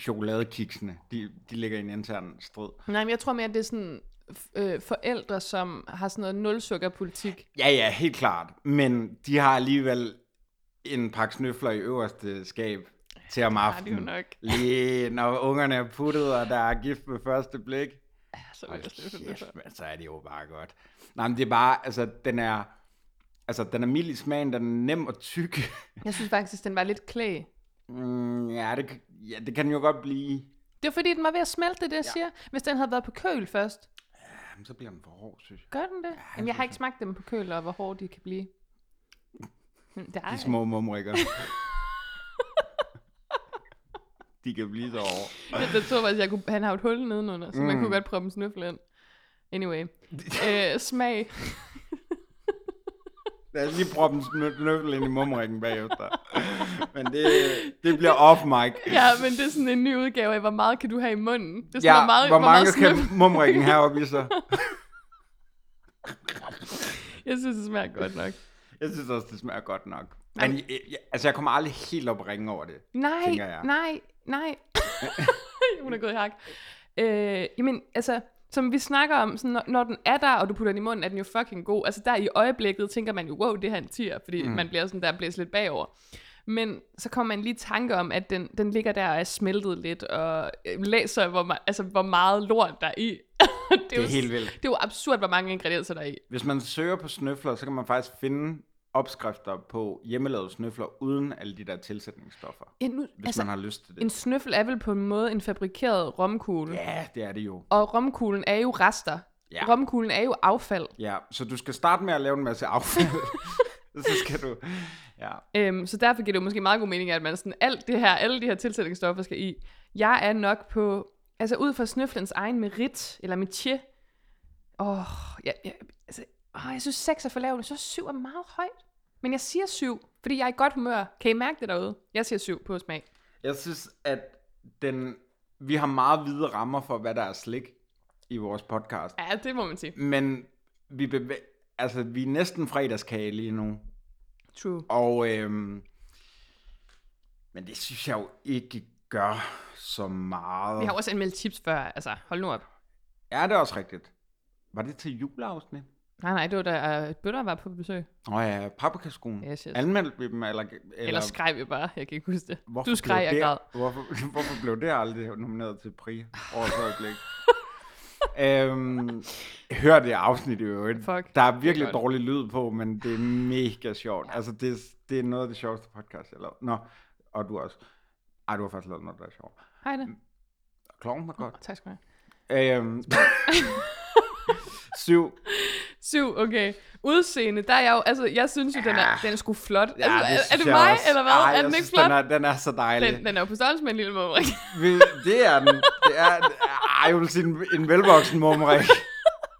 chokoladekiksene. De, de ligger i en intern strid.
nej, men jeg tror mere, at det er sådan f- øh, forældre, som har sådan noget nulsukkerpolitik.
Ja, ja, helt klart. Men de har alligevel en pakke snøfler i øverste skab til om
Har de jo
aftenen.
nok.
Lige når ungerne er puttet, og der er gift med første blik.
Så vil jeg
Hold
snøfle dem
kæft,
selv.
mand, så er det jo bare godt. Nej, men det er bare, altså, den er, altså, den er mild i smagen, den er nem og tyk. (laughs)
Jeg synes faktisk, den var lidt klæg.
Mm, ja, det, kan- ja, det kan den jo godt blive.
Det var fordi, den var ved at smelte, det jeg ja. siger. Hvis den havde været på køl først.
Jamen, så bliver den for hård, synes jeg.
Gør den det? Jamen, jeg har ikke smagt dem på køl, og hvor hårde de kan blive. Men Det er,
De
(laughs)
små mumrikker. de kan blive så hårde.
Jeg, jeg tror faktisk, jeg kunne, han har jo et hul nedenunder, så mm. man kunne godt prøve en snøffel ind.
(laughs)
Anyway. øh, smag.
Lad os lige proppe en snø- snøffel ind i mumrikken bagefter. Men det, det bliver off mic.
Ja, men det er sådan en ny udgave af, hvor meget kan du have i munden? Det er sådan,
Ja,
hvor meget,
hvor mange
meget
kan mumrikken heroppe i
(laughs)
sig?
Jeg synes, det smager godt nok.
Jeg synes også, det smager godt nok. Men jeg, jeg, altså, jeg kommer aldrig helt op og ringe over det.
Nej,
tænker jeg.
nej, nej. (laughs) Hun er gået i hak. Øh, jamen, altså, som vi snakker om, sådan, når, når den er der, og du putter den i munden, er den jo fucking god. Altså der i øjeblikket tænker man jo, wow, det her er en tier, fordi mm. man bliver sådan der blæst lidt bagover. Men så kommer man lige i tanke om, at den, den ligger der og er smeltet lidt, og øh, læser, hvor, ma- altså, hvor meget lort der er i. (laughs) det,
Det er
jo-
helt vildt.
Det er jo absurd, hvor mange ingredienser der er i.
Hvis man søger på snøfler, så kan man faktisk finde opskrifter på hjemmelavede snøfler uden alle de der tilsætningsstoffer.
Ja, nu,
Hvis altså,
altså,
man har lyst til det.
en snøffel er vel på en måde en fabrikeret romkugle.
Ja, det er det jo.
Og romkuglen er jo rester.
Ja.
Romkuglen er jo affald.
Ja, så du skal starte med at lave en
(laughs)
masse affald. (laughs) så skal du... Ja.
Øhm, så derfor giver det jo måske meget god mening, at man sådan alt det her, alle de her tilsætningsstoffer skal i. Jeg er nok på, altså ud fra snøflens egen merit, eller metier. Åh, jeg, jeg, altså, åh, jeg synes 6 er for lavt, så 7 er meget højt. Men jeg siger 7, fordi jeg er i godt humør. Kan I mærke det derude? Jeg siger 7 på smag.
Jeg synes, at den... vi har meget hvide rammer for, hvad der er slik i vores podcast.
Ja, det må man sige.
Men vi, bevæ... altså, vi er næsten fredagskage lige nu.
True.
Og øhm... Men det synes jeg jo ikke gør så meget.
Vi har også anmeldt chips før, altså hold nu op.
Ja, det er også rigtigt. Var det til juleafsnit?
Nej, nej, det var da uh, Bøtter var på besøg.
Nå ja, paprikaskolen.
Yes, yes.
Anmeldte vi dem, eller... Eller,
Eller skreg vi bare, jeg kan ikke huske det.
Hvorfor
du skreg,
blev
jeg
det,
græd.
(laughs) Hvorfor, hvorfor blev det aldrig nomineret til Pri årets
(laughs)
øjeblik? øhm, hør det afsnit i øvrigt.
Fuck,
der er virkelig
det er godt.
dårlig lyd på, men det er mega sjovt. Altså, det, er- det er noget af det sjoveste podcast, jeg har lavet. Nå, og du også. Ej, du har faktisk lavet noget, der er sjovt.
Hej det.
Kloven var godt.
Tak skal du have. (laughs)
Øhm, syv.
Syv, okay. Udseende, der er jeg jo, altså, jeg synes jo, den er, den er sgu flot. Ja, altså, er, er det
synes jeg
mig,
også.
eller hvad?
Ej,
er
jeg
den ikke
synes,
flot?
Den er, den er så dejlig.
Den, den er jo på størrelse med en lille mumrik.
Vi- Det er den. Det er, ej, jeg vil sige en, en velvoksen mumrik.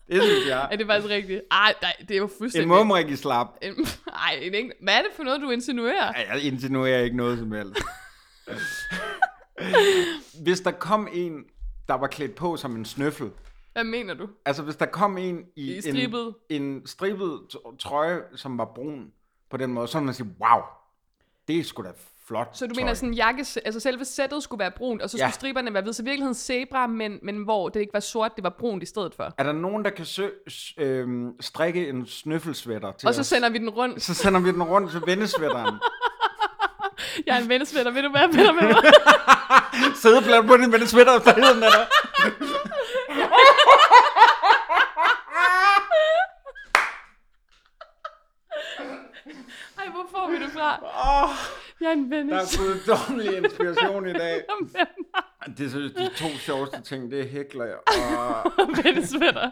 Det synes
er
jeg.
det faktisk rigtigt? Ej, nej, det er jo fuldstændig...
En mumrik i slap.
En- Ej, en ikke... Hvad er det for noget, du insinuerer?
Ej, Jeg insinuerer ikke noget som helst. Hvis der kom en, der var klædt på som en snøffel,
Hvad mener du?
altså hvis der kom en i,
I stribet.
en, en stribet t- trøje, som var brun på den måde, så ville man sige, wow, det er sgu da flot
Så du
tøj.
mener sådan jakke, altså selve sættet skulle være brunt, og så
Ja.
skulle ja. striberne være hvide. Så i virkeligheden zebra, men, men hvor det ikke var sort, det var brunt i stedet for.
Er der nogen, der kan sø, s- øhm, strikke en snøffelsvætter til
Og så
os?
sender vi den rundt.
så sender vi den rundt til vendesvætteren.
Jeg er en vennesvætter, vil du være venner med
(laughs)
mig?
sædepladen på din vens sweater, der hedder den der.
Ej, hvor får vi det fra?
Åh,
Jeg er en
der er
vennes.
fået dårlig inspiration i dag. Det synes de to sjoveste ting, det er hækler og...
(laughs) Vendesvætter.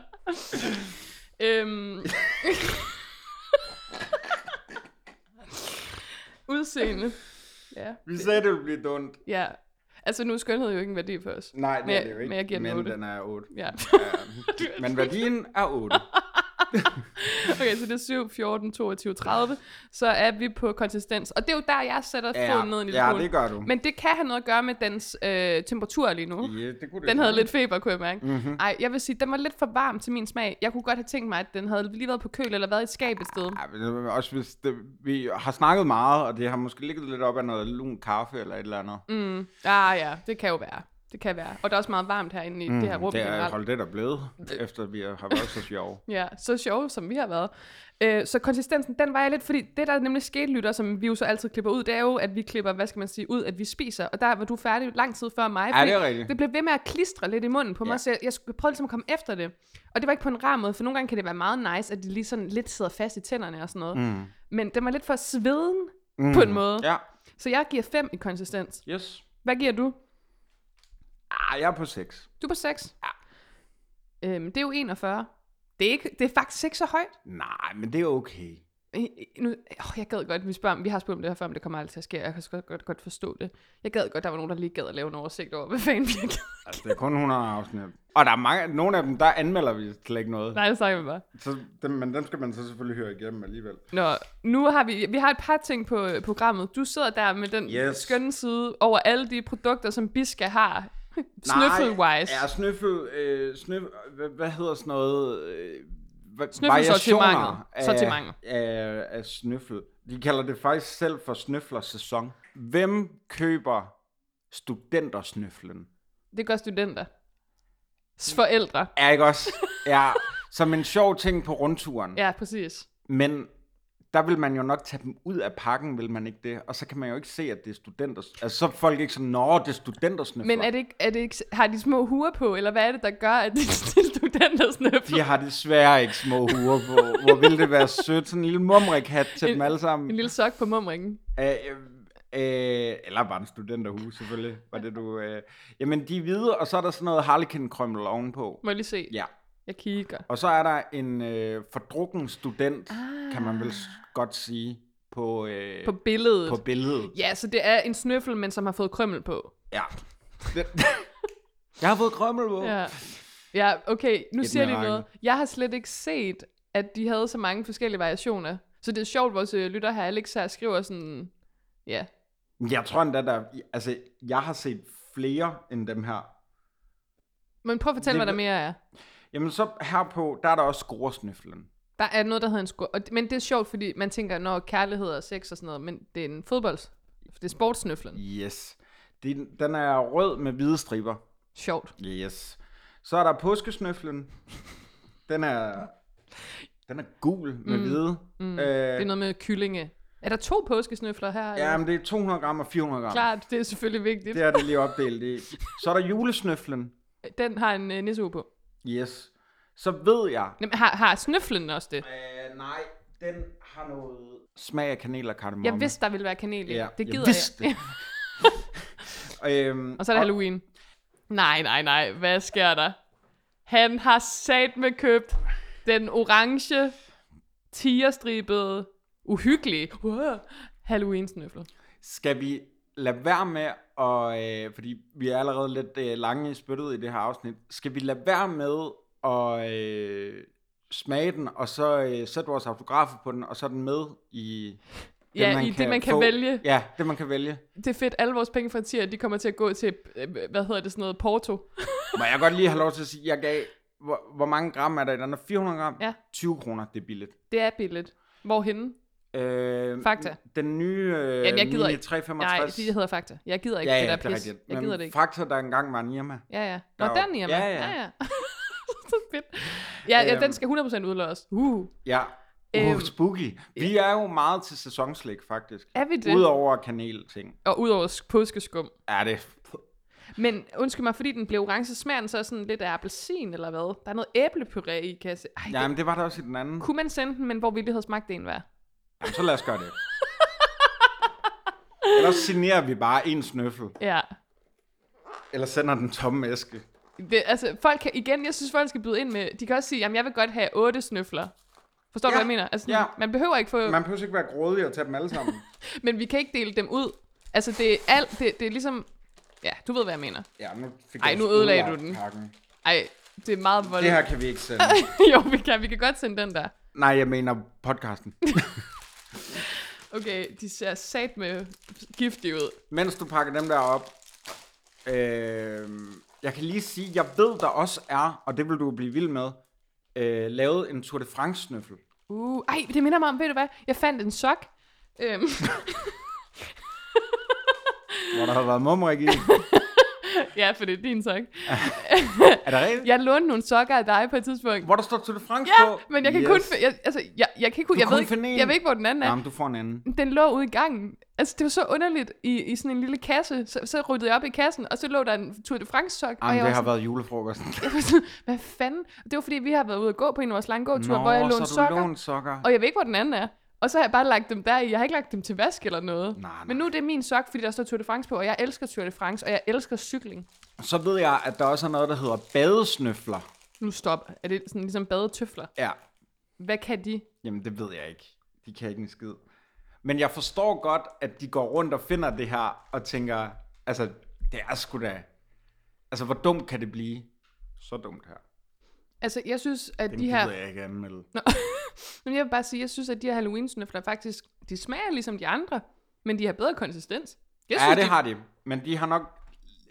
øhm. Udseende. Ja.
Vi sagde, det ville blive dumt.
ja. Altså, nu er skønhed jo ikke en værdi for os.
Nej, det
Men-
er det jo ikke.
men jeg giver den
men
otte.
den er 8.
Ja. (laughs)
Ja. Men værdien er 8.
Okay, så det er 7, 14, 22, 30. Så er vi på konsistens. Og det er jo der, jeg sætter
Ja,
foden ned i en lille
ja
smule.
det gør du.
Men det kan have noget at gøre med dens øh, temperatur lige nu.
ja, Mhm. det kunne det
Den
jo.
havde lidt feber, kunne jeg mærke. Mm-hmm. Ej, jeg vil sige, den var lidt for varm til min smag. Jeg kunne godt have tænkt mig, at den havde lige været på køl eller været i et skab et sted.
Ja, men det var også hvis det, vi har snakket meget, og det har måske ligget lidt op af noget lun kaffe eller et eller andet. Mm,
Ah ja, det kan jo være. Det kan være. Og der er også meget varmt herinde i mm, det her rum.
det er
generelt.
holdt det der blevet, efter vi har været så sjove.
Ja, så sjove, som vi har været. Øh, så konsistensen, den var jeg lidt, fordi det, der nemlig skete, lytter, som vi jo så altid klipper ud, det er jo, at vi klipper, hvad skal man sige, ud, at vi spiser. Og der var du færdig lang tid før mig.
Ja,
fordi
det er rigtigt.
Det blev ved med at klistre lidt i munden på mig,
Ja.
så jeg, jeg skulle- prøvede ligesom at komme efter det. Og det var ikke på en rar måde, for nogle gange kan det være meget nice, at de lige sådan lidt sidder fast i tænderne og sådan noget. Mm. Men den var lidt for sveden mm. på en måde.
Ja,
Så jeg giver 5 i konsistens.
yes.
Hvad giver du?
Ah, jeg er på 6.
Du er på 6. Ja. Øhm, det er jo 41. Det er, ikke, det er faktisk ikke så højt.
Nej, men det er okay.
Øh, nu, åh, jeg gad godt, vi, spørger, om- vi har spurgt om det her før, om det kommer aldrig til at ske, og jeg kan så godt, godt, godt forstå det. Jeg gad godt, der var nogen, der lige gad at lave en oversigt over, hvad fanden vi har gjort.
Altså, det er kun 100 afsnit. Og der er mange, nogle af dem, der anmelder vi slet ikke noget.
Nej, det snakker vi bare.
Så dem, men dem skal man så selvfølgelig høre igennem alligevel.
Nå, nu har vi, vi har et par ting på øh, programmet. Du sidder der med den
Yes.
yes. skønne side over alle de produkter, som Biska har. (laughs) Snøffel-wise.
Nej, ja, snøffel, øh, snøf, hvad, hvad hedder sådan noget, øh, va- variationer
Snøffelsortimenter.
af,
Sortimenter.
af, af snøffel. De kalder det faktisk selv for snøflersæson. Hvem køber studentersnøflen?
Det gør studenter. S forældre.
Er ikke også? Ja, som en sjov ting på rundturen.
Ja, præcis.
Men der vil man jo nok tage dem ud af pakken, vil man ikke det? Og så kan man jo ikke se, at det er studenters... Altså, så er folk ikke sådan, nå, det er studentersnøfler.
Men er det ikke, er det ikke, har de små huer på, eller hvad er det, der gør, at de (laughs) er studenter snøfler?
De har desværre ikke små huer på. Hvor ville det være sødt, sådan en lille mumrik-hat til
En-
dem alle sammen.
En lille sok på mumringen.
Øh, øh, øh, eller bare en studenterhue, selvfølgelig. Var det du... Øh. Jamen, de er hvide, og så er der sådan noget harlekin-krømmel ovenpå.
Må jeg lige se?
Ja.
Jeg kigger.
Og så er der en øh, fordrukken student, ah. kan man vel s- godt sige, på, øh,
På billedet.
på billedet.
ja, så det er en snøffel, men som har fået krømmel på.
Ja. Det- (laughs) Jeg har fået krømmel på.
Ja. Ja, okay, nu
Et
Et siger de
mirakel.
noget. Jeg har slet ikke set, at de havde så mange forskellige variationer. Så det er sjovt, vores øh, lytter her, Alex, her skriver sådan... Ja,
Jeg tror endda, der... Altså, jeg har set flere end dem her.
men prøv at fortælle,
Det-
hvad der mere er.
Jamen, så herpå, der er der også scoresnøflen.
Der er noget, der hedder en skur. Og, men det er sjovt, fordi man tænker, når kærlighed og sex og sådan noget, men det er en fodbolds... Det er sportsnøflen.
Yes. Det, den er rød med hvide striber.
Sjovt.
Yes. Så er der påskesnøflen. Den er, den er gul med mm. hvide. Mm. Øh,
Det er noget med kyllinge. Er der to påskesnøfler her? eller?
Ja, men det er 200 gram og 400 gram.
Klart, det er selvfølgelig vigtigt.
Det er det lige opdelt i. Så er der julesnøflen.
Den har en øh, nisseuge på.
Yes. Så ved jeg...
Jamen, har, har snøflen også det?
Øh, nej, den har noget smag af kanel og kardemomme.
Jeg vidste, der ville være kanel i.
ja,
det gider
jeg. Vidste.
jeg.
det. øhm,
(laughs) Og så er det Halloween. Nej, nej, nej. Hvad sker der? Han har sat med købt den orange, tigerstribede, uhyggelige wow, Halloween-snøffel.
Skal vi lade være med at, øh, fordi vi er allerede lidt øh, lange i spyttet i det her afsnit, skal vi lade være med at øh, smage den, og så øh, sætte vores autografer på den, og så er den med i det,
Ja, i det, man kan vælge.
Ja, det man kan vælge.
Det er fedt. Alle vores penge fra tier, de kommer til at gå til, øh, hvad hedder det sådan noget, Porto.
Må jeg godt lige have lov til at sige, jeg gav, hvor, hvor mange gram er der i den? Er 400 gram?
Ja.
20 kroner, det er billigt.
Det er billigt. Hvorhenne?
Øh,
Fakta.
Den nye øh,
Jamen, jeg gider
Mini
ikke.
365.
Nej, de hedder Fakta. Jeg gider ikke
ja,
det
ja,
der
det er
pis.
rigtigt.
Jeg
Men
gider det ikke.
Fakta, der engang var en Irma.
Ja, ja. Nå,
Der er jo-
den i
Ja, ja.
ja, ja. (laughs) så fedt. Ja, ja,
Øhm.
den skal 100% udløses. Uh.
Ja. Uh,
Øhm,
spooky. Vi er jo meget til sæsonslik, faktisk.
Er vi det?
Udover kanelting.
Og udover sk- påskeskum.
Er det?
Men undskyld mig, fordi den blev orange, smager den så sådan lidt af appelsin eller hvad? Der er noget æblepuré i, kan jeg se. Ej, ja.
Jamen, det var der også i den anden.
Kunne man sende den, men hvor vi lige havde smagt en hver?
Jamen, så lad os gøre det. Ellers signerer vi bare en snøffel.
Ja.
Eller sender den tomme æske.
Det, altså, folk kan, igen, jeg synes, folk skal byde ind med, de kan også sige, jamen jeg vil godt have otte snøfler. Forstår ja.
Ja.
du, hvad jeg mener? Altså,
Ja.
ja. man behøver ikke få,
Man behøver ikke være grådig og tage dem alle sammen.
men vi kan ikke dele dem ud. Altså, det er alt, det, det er ligesom, ja, du ved, hvad jeg mener.
Ja, nu fik
Ej,
jeg
nu
også
ødelagde
ødelagt
du den.
Pakken.
Ej, det er meget
Det
voldeligt.
her kan vi ikke sende.
(laughs) jo, vi kan, vi kan godt sende den der.
Nej, jeg mener podcasten.
Okay, de ser sat med giftige ud.
Mens du pakker dem der op, øh, jeg kan lige sige, jeg ved, der også er, og det vil du blive vild med, øh, lavet en Tour de France-snøffel.
Uh, ej, det minder mig om, ved du hvad? Jeg fandt en sok. Øhm, (laughs)
Hvor der har været mumrik i.
ja, for det er din sok.
Er det
(laughs)
rigtigt?
Jeg lånte nogle sokker af dig på et tidspunkt.
Hvor der står Tour de France
Ja,
på.
men jeg kan yes. kun... fi- Jeg, altså, jeg, jeg kan ikke,
Du
jeg, ved
kunne
ikke,
finde en.
jeg ved ikke, hvor den anden er.
Jamen, du får en anden.
Den lå ude i gangen. Altså, det var så underligt i, i sådan en lille kasse. Så, så ryddede jeg op i kassen, og så lå der en Tour de France-sok. og
Jamen,
jeg
det
var
har
sådan,
været julefrokosten. (laughs)
(laughs) hvad fanden? Det var, fordi vi har været ude at gå på en af vores lange gåture,
Nå,
hvor jeg
så
lånte
du
sokker.
lånt sokker.
Og jeg ved ikke, hvor den anden er. Og så har jeg bare lagt dem der i. Jeg har ikke lagt dem til vask eller noget.
Nej, nej.
Men nu er det min sok, fordi der står Tour de France på, og jeg elsker Tour de France, og jeg elsker cykling.
Så ved jeg, at der også er noget, der hedder badesnøfler.
Nu stop. Er det sådan ligesom badetøfler?
Ja,
Hvad kan de?
jamen det ved jeg ikke. De kan ikke en skid. Men jeg forstår godt, at de går rundt og finder det her, og tænker, altså, det er sgu da... Altså, hvor dumt kan det blive? Så dumt her.
Altså, jeg synes, at
Den
de
gider
her...
jeg ikke anmelde.
Nå. Men jeg vil bare sige, jeg synes, at de her Halloween-snøfler faktisk, de smager ligesom de andre, men de har bedre konsistens. Jeg
Ja,
synes,
det
de...
har de. Men de har nok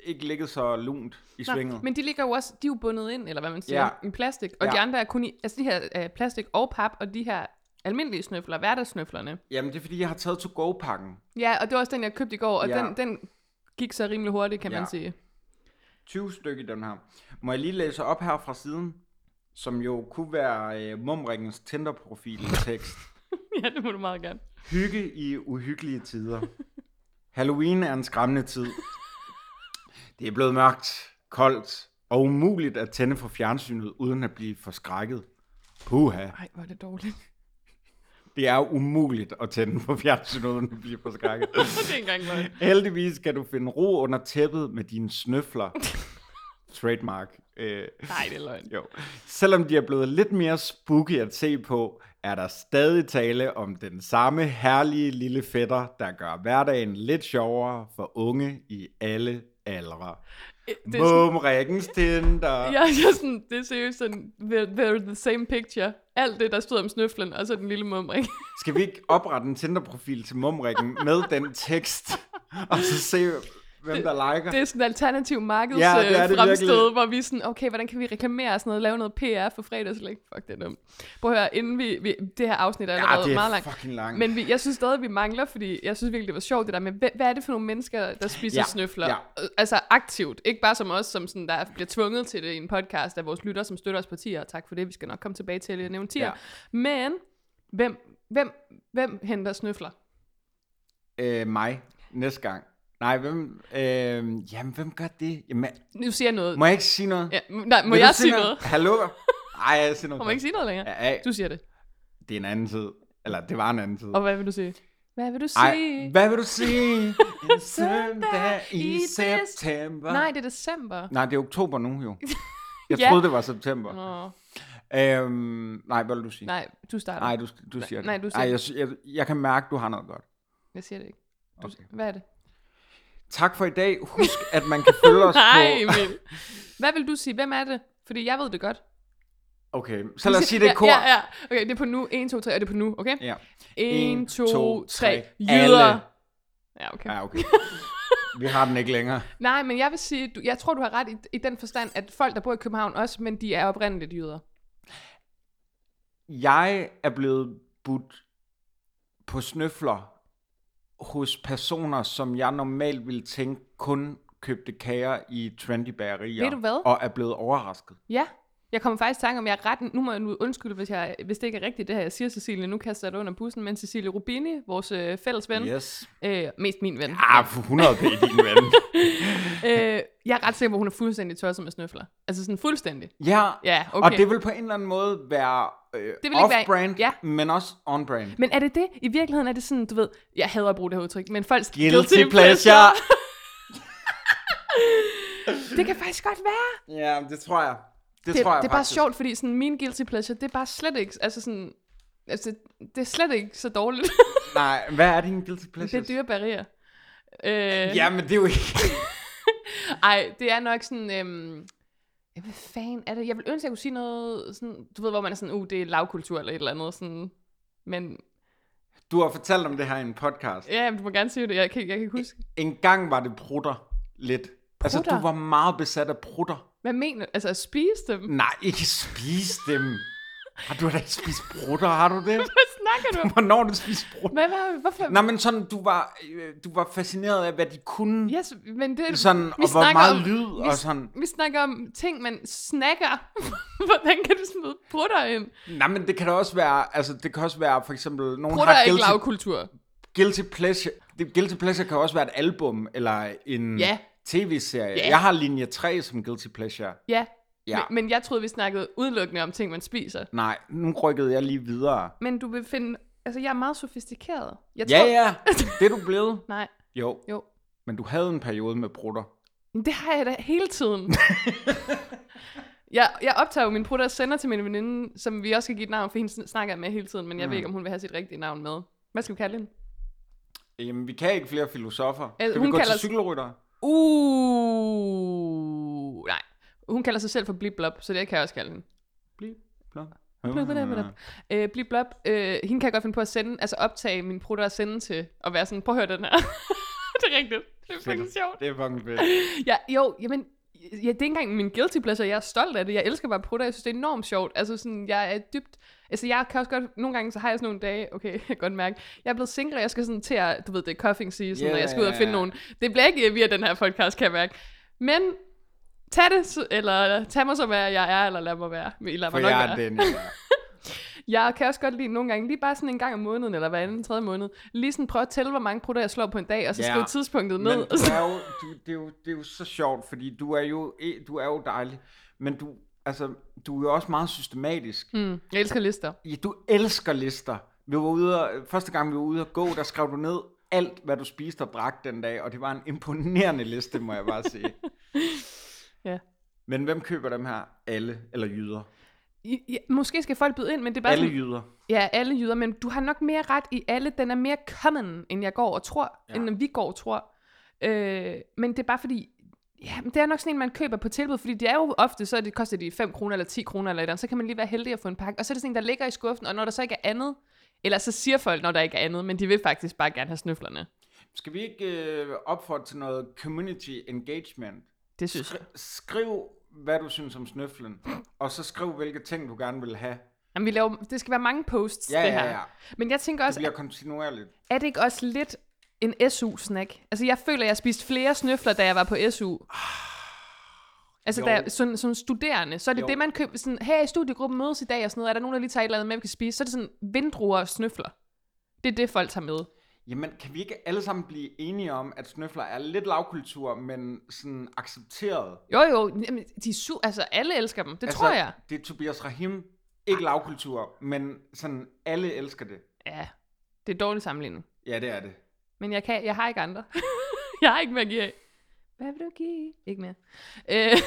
ikke ligget så lunt i
Nå,
svinget.
men de ligger jo også, de er jo bundet ind, eller hvad man siger,
Ja.
i plastik. Og
Ja.
de andre er kun i, altså de her øh, plastik og pap, og de her almindelige snøfler, hverdagssnøflerne.
Jamen, det er fordi, jeg har taget to-go-pakken.
Ja, og det var også den, jeg købte i går, og
Ja.
den, den gik så rimelig hurtigt, kan ja.
Ja.
man sige. (laughs)
20 stykker i den her. Må jeg lige læse op her fra siden, som jo kunne være øh, Mumringens Tinder-profil-tekst.
ja, det må du meget gerne.
Hygge i uhyggelige tider. Halloween er en skræmmende tid. Det er blevet mørkt, koldt og umuligt at tænde for fjernsynet uden at blive forskrækket. Puha.
Nej, hvor er det dårligt.
Det er umuligt at tænde for fjernsynet uden at blive forskrækket.
(laughs) det er ikke engang løgn.
Heldigvis kan du finde ro under tæppet med dine snøfler. Trademark. Øh,
Nej, det er løgn.
jo. Selvom de er blevet lidt mere spooky at se på, er der stadig tale om den samme herlige lille fætter, der gør hverdagen lidt sjovere for unge i alle aldre.
Det er sådan,
Mum, Rikkens Tinder.
ja, jeg er sådan, det er seriøst sådan, they're, they're the same picture. Alt det, der stod om snøflen, og så den lille mumring.
Skal vi ikke oprette en Tinder-profil til Mumrikken med den tekst, (laughs) og så se, hvem der liker?
Det er sådan en alternativ markeds
Ja,
ja,
det er det virkelig.
fremstød, hvor vi er sådan, okay, hvordan kan vi reklamere og sådan noget, lave noget PR for fredagslæg? Fuck, det er dumt. Prøv at høre, inden vi, vi det her afsnit er allerede
Ah, det er
meget langt.
fucking langt.
Men vi, jeg synes stadig, vi mangler, fordi jeg synes virkelig, det var sjovt det der med, hvad, hvad er det for nogle mennesker, der spiser
Ja,
ja, snøfler?
ja.
Øh, Altså aktivt, ikke bare som os, som sådan, der bliver tvunget til det i en podcast af vores lytter, som støtter os på tier, og tak for det, vi skal nok komme tilbage til at nævne tier.
Ja.
Ja. Men, hvem, hvem, hvem henter snøfler?
Øh, mig, næste gang. Nej, hvem, øh, jamen, hvem gør det? Jamen,
Nu siger jeg noget.
må jeg ikke sige noget?
ja, m- nej, må
Vil du
jeg sige noget?
Hallo? Ej, jeg siger noget.
Må man ikke sige noget længere?
Ja, ja,
Du siger det.
det er en anden tid. Eller, det var en anden tid.
Og hvad vil du sige? Hvad vil du sige?
Ej, hvad vil du
(laughs)
sige? En søndag i september.
Nej, det er december.
Nej, det er oktober nu
(laughs)
jo. Jeg
Ja.
troede, det var september.
Nå,
Øhm, nej, hvad vil du sige?
nej, du starter.
Nej, du, du siger det.
nej, du siger
Ej, jeg,
det.
sy- jeg, jeg kan mærke, du har noget godt.
Jeg siger det ikke. Du,
Okay.
Hvad er det?
Tak for i dag. Husk, at man kan følge
(laughs)
os
Nej,
på...
Emil. Hvad vil du sige? Hvem er det? Fordi jeg ved det godt.
Okay, så lad os sige det
(laughs)
i
ja,
kor.
Ja, ja. Okay, det er på nu. 1, 2, 3. Er det på nu, okay?
ja.
1, 2, 3.
Alle.
Jyder. Ja, okay.
Ja, okay. Vi har den ikke længere.
Nej, men jeg vil sige, du, jeg tror, du har ret i, i den forstand, at folk, der bor i København også, men de er oprindeligt jyder.
Jeg er blevet budt på snøfler hos personer, som jeg normalt ville tænke kun købte kager i trendy bagerier.
Ved du hvad?
Og er blevet overrasket.
Ja. Jeg kommer faktisk i tanke om, jeg er ret... Nu må jeg nu undskylde, hvis, jeg, hvis det ikke er rigtigt, det her, jeg siger, Cecilie. Nu kaster jeg dig under bussen, men Cecilie Rubini, vores øh, fælles ven,
Yes.
øh, mest min ven, ja.
Ah, for 100 p, din
(laughs)
ven.
øh, jeg er ret sikker på, at hun er fuldstændig tosset med snøfler. Altså sådan fuldstændig.
ja,
Ja, okay.
og det vil på en eller anden måde være øh,
ikke være-
off-brand,
ja.
men også on-brand.
Men er det det? I virkeligheden er det sådan, du ved, jeg hader at bruge det her udtryk, men folks
Guilty pleasure.
(laughs) Det kan faktisk godt være.
ja, det tror jeg. Det,
Det, det,
tror jeg
det er bare
faktisk.
sjovt, fordi sådan, min guilty pleasure, det er bare slet ikke... Altså sådan, altså, det er slet ikke så dårligt.
Nej, hvad er din guilty
det
pleasure?
er dyre barriere. Øh,
Ja, men det er jo ikke...
Ej, det er nok sådan... Øhm, ja, hvad fanden er det? Jeg vil ønske, at jeg kunne sige noget... Sådan, du ved, hvor man er sådan, uh, det er lavkultur eller et eller andet. Sådan. Men
Du har fortalt om det her i en podcast.
ja, du må gerne sige det. Jeg kan, jeg kan ikke huske.
En gang var det prutter lidt. Prutter? Altså,
Prutter?
du var meget besat af prutter.
Hvad mener du? Altså, at spise dem?
Nej, ikke spise dem. Har du da ikke spist prutter, har du
(laughs)
det?
Hvad snakker du om?
Hvornår har du spist prutter?
Hvad, hvad, hvorfor?
Nej, men sådan, du var, øh, du var fascineret af, hvad de kunne.
Yes, men det,
Sådan, og hvor
snakker
meget lyd
vi,
og sådan.
Vi snakker om ting, man snakker. (laughs) Hvordan kan du smide prutter ind?
Nej, men det kan da også være, altså, det kan også være, for eksempel, nogen
Prutter
har
er ikke
guilty,
lavkultur.
guilty pleasure. Det, guilty pleasure kan også være et album, eller en
Ja.
tv-serie.
Ja.
Jeg har linje 3 som guilty pleasure.
Ja,
Ja.
Men, men jeg troede, vi snakkede udelukkende om ting, man spiser.
Nej, nu rykkede jeg lige videre.
Men du vil finde... Altså, jeg er meget sofistikeret. Jeg
Ja,
tror,
ja, det er du blevet.
Nej,
Jo,
jo.
men du havde en periode med brutter.
Men det har jeg da hele (laughs) tiden. jeg, jeg optager jo min brutter og sender til min veninde, som vi også skal give et navn, for hende sn- snakker jeg med hele tiden, men jeg mm. ved ikke, om hun vil have sit rigtige navn med. Hvad skal vi kalde hende?
Jamen, vi kan ikke flere filosofer.
Øh,
Skal vi
hun
gå til
kalder-
cykelrytter?
Uh, nej. Hun kalder sig selv for Bliblop, så det kan jeg også kalde hende.
Bliv,
Uh. Bliblop. Øh, Bliblop. Øh, hende kan jeg godt finde på at sende, altså optage min brutter og sende til, og være sådan, prøv at høre den her. (laughs) det er rigtigt. Det er fucking sjovt.
Det er fucking fedt.
Ja, jo, jamen, ja, det er ikke engang min guilty pleasure. Jeg er stolt af det. Jeg elsker bare prutter. Jeg synes, det er enormt sjovt. Altså, sådan, jeg er dybt... Altså, jeg kan også godt... Nogle gange, så har jeg sådan nogle dage... Okay, (laughs) jeg kan godt mærke. Jeg er blevet single, og jeg skal sådan til at... Du ved, det er cuffing season,
Ja,
yeah, og jeg skal ud og
ja,
finde
ja.
nogen. Det bliver ikke øh, via den her podcast, kan jeg mærke. Men... Tag det, så- eller tag mig som er, jeg er, eller lad mig være. I lader
For
mig nok
jeg
være.
er
(laughs)
den, jeg er.
Jeg kan også godt lide nogle gange, lige bare sådan en gang om måneden, eller hver anden tredje måned, lige sådan prøve at tælle, hvor mange prutter jeg slår på en dag, og så
Ja,
skrive tidspunktet
Men
ned. (laughs)
du er jo, du, det, er jo, det er jo så sjovt, fordi du er jo, e- du er jo dejlig, men du, altså, du er jo også meget systematisk. Mm.
Mm, jeg elsker lister.
Ja, du elsker lister. Vi var ude og, første gang vi var ude og gå, der skrev du ned alt, hvad du spiste og drak den dag, og det var en imponerende liste, må jeg bare sige.
(laughs) Ja.
Men hvem køber dem her? Alle, eller jyder?
I, I, måske skal folk byde ind, men det er bare
Alle
sådan,
jyder.
Ja, alle jyder, men du har nok mere ret i alle. Den er mere common, end jeg går og tror, ja.
Ja.
end vi går og tror. Øh, men det er bare fordi, ja, men det er nok sådan en, man køber på tilbud, fordi det er jo ofte, så er det, koster de 5 kroner eller 10 kroner eller et eller andet, så kan man lige være heldig at få en pakke. Og så er det sådan en, der ligger i skuffen, og når der så ikke er andet, eller så siger folk, når der ikke er andet, men de vil faktisk bare gerne have snøflerne.
Skal vi ikke øh, opfordre til noget community engagement?
Det synes jeg.
Skri- skriv, hvad du synes om snøflen, og så skriv, hvilke ting, du gerne vil have.
Jamen, vi laver, det skal være mange posts,
Ja,
det
ja,
her. Altså,
ja.
Men jeg tænker
Det
også,
bliver kontinuerligt.
er det ikke også lidt en SU-snack? Altså, jeg føler, jeg spiste flere snøfler, da jeg var på SU. Altså,
Ah, jo.
da jeg, sådan, sådan studerende, så er det
Jo.
jo. det, man køber. Sådan, her i studiegruppen mødes i dag og sådan noget. Er der nogen, der lige tager et eller andet med, vi kan spise? Så er det sådan vindruer og snøfler. Det er det, folk tager med.
Jamen, kan vi ikke alle sammen blive enige om, at snøfler er lidt lavkultur, men sådan accepteret?
Jo, jo, jamen, de er su- altså, alle elsker dem. Det altså, tror jeg.
Det er Tobias Rahim. Ikke lavkultur, men sådan alle elsker det.
Ja, det er dårlig sammenligning.
Ja, det er det.
Men jeg, kan, jeg har ikke andre. (laughs) jeg har ikke mere at give af. Hvad vil du give? Ikke mere. Øh.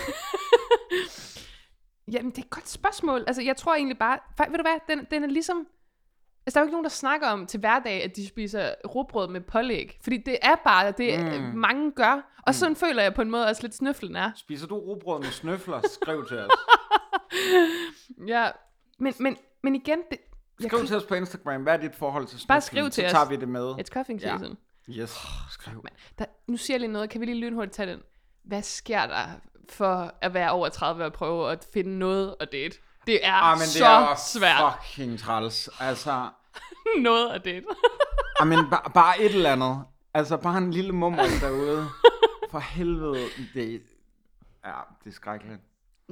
(laughs) Jamen, det er et godt spørgsmål. Altså, jeg tror egentlig bare... Fej, ved du hvad? Den, den er ligesom... Altså, der er jo ikke nogen, der snakker om til hverdag, at de spiser råbrød med pålæg. Fordi det er bare det,
Mm.
mm. mange gør. Og sådan føler jeg på en måde også lidt snøflen er.
Spiser du rugbrød med snøfler? Skriv til
(laughs)
os.
Ja, men, men, men igen... Det, jeg
Skriv
kan-
til os på Instagram. Hvad er dit forhold til snøflen?
Bare skriv til
så
os.
tager vi det med.
It's cuffing
Ja.
season.
Yes, skriv.
Der, nu siger jeg lige noget. Kan vi lige lynhurtigt tage den? Hvad sker der for at være over 30 og prøve at finde noget at date? Det er
Ah, men
så
det er også
svært.
fucking træls. Altså,
(laughs) Noget at date. (laughs)
Ah, men bare, bare et eller andet. Altså, bare en lille mummer derude. For helvede. Det, ja, det er skrækkeligt.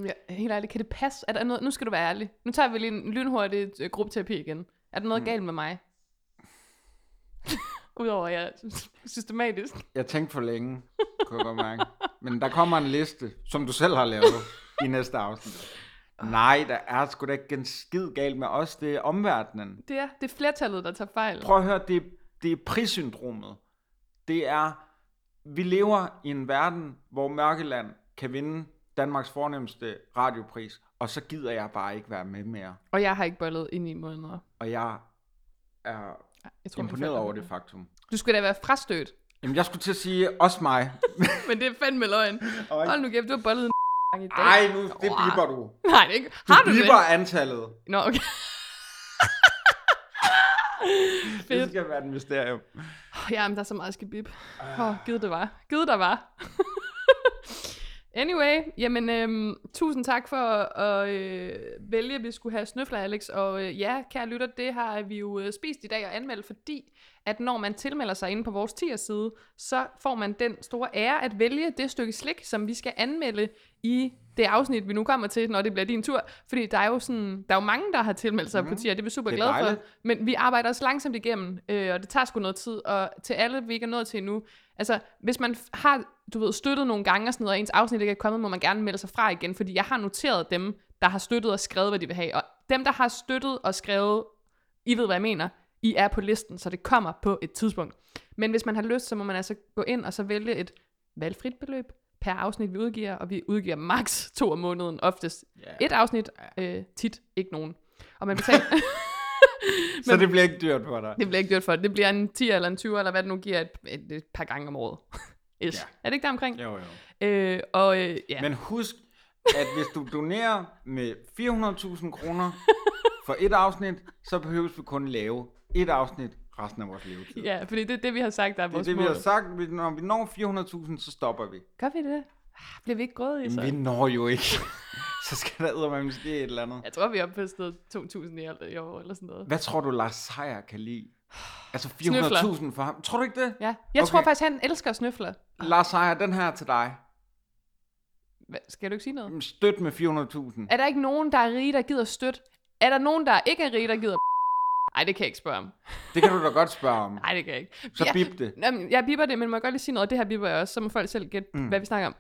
ja, helt ærligt, kan det passe? Er der noget? Nu skal du være ærlig. Nu tager vi lige en lynhurtig øh, gruppeterapi igen. Er der noget mm. galt med mig? (laughs) Udover at jeg er systematisk.
Jeg tænkte for længe, kunne jeg godt mærke. Men der kommer en liste, som du selv har lavet i næste afsnit.
Ah.
Nej, der er sgu da ikke en skid galt med os. Det er omverdenen.
Det er, det er flertallet, der tager fejl.
Prøv at høre, det, det er prissyndromet. Det er, vi lever i en verden, hvor Mørkeland kan vinde Danmarks fornemmeste radiopris, og så gider jeg bare ikke være med mere.
Og jeg har ikke bollet i ni måneder.
Og jeg er
Jeg tror, mine
imponeret
forældre
over
har.
det faktum.
Du skulle da være frastødt.
Jamen, jeg skulle til at sige, også mig.
Men det er fandme løgn.
Oj.
Hold nu kæft, du har bollet en gang i dag.
Ej, nu, det
Wow.
biber du.
(laughs) Nej, det er ikke.
Du
Har du,
biber antallet.
det? Nå, okay. (laughs)
Det
Fedt.
skal være et mysterium.
Oh, jamen, der er så meget skal bip.
Ah.
Åh, oh, givet det var. Givet der var. (laughs) anyway, jamen, øhm, tusind tak for at øh, vælge, at vi skulle have snøfler, Alex. Og øh, ja, kære lytter, det har vi jo øh, spist i dag og anmeldt, fordi at når man tilmelder sig inde på vores tierside, så får man den store ære at vælge det stykke slik, som vi skal anmelde i det afsnit, vi nu kommer til, når det bliver din tur. Fordi der er jo, sådan, der er jo mange, der har tilmeldt sig mm. på tier, det er vi super
Mhm. Det er
glade for.
dejligt.
Men vi arbejder også langsomt igennem, øh, og det tager sgu noget tid, og til alle, vi ikke er nået til endnu. Altså, hvis man f- har, du ved, støttet nogle gange og sådan noget, og ens afsnit ikke er kommet, må man gerne melde sig fra igen, fordi jeg har noteret dem, der har støttet og skrevet, hvad de vil have. Og dem, der har støttet og skrevet, I ved, hvad jeg mener, I er på listen, så det kommer på et tidspunkt. Men hvis man har lyst, så må man altså gå ind og så vælge et valgfrit beløb per afsnit, vi udgiver, og vi udgiver maks to om måneden, oftest
Ja.
et afsnit, øh, tit ikke nogen. Og man betaler...
Så det bliver ikke dyrt for dig.
Det bliver ikke dyrt for det. Det bliver en 10 eller en 20, eller hvad det nu giver, et, et, et par gange om året. (laughs) Ish.
Ja.
Ja. Er det ikke der omkring?
Jo, jo.
Øh, og øh, ja,
Men husk, at hvis du donerer med 400.000 kroner for et afsnit, så behøves vi kun lave et afsnit resten af vores levetid.
Ja, fordi det er det, vi har sagt, der er
Det er
vores
det, vi
mål.
har sagt. Vi- Når vi når 400.000, så stopper vi.
Gør vi det? Ah, Bliver vi ikke gået i så?
Men vi når jo ikke. (laughs) så skal der eddermame ske et eller andet.
Jeg tror, vi er oppe på sådan noget 2.000 i alt i år, eller sådan noget.
Hvad tror du, Lars Seier kan lide? Altså
Altså- (sighs) Snøfler.
400.000 for ham. Tror du ikke det?
Ja, jeg okay. tror
Okay.
faktisk, han elsker snøfler.
Lars Seier, den her er til dig.
Hvad, skal du ikke sige noget?
Støt med 400.000.
Er der ikke nogen, der er rige, der gider støtte? Er der nogen, der ikke er rige, der gider Nej, det kan jeg ikke spørge om.
Det kan du da godt spørge om.
Nej, det kan jeg ikke.
Så
ja,
bip det.
Jamen, jeg biber det, men må jeg godt lige sige noget? Det her biber jeg også, så må folk selv gætte, mm. hvad vi snakker om.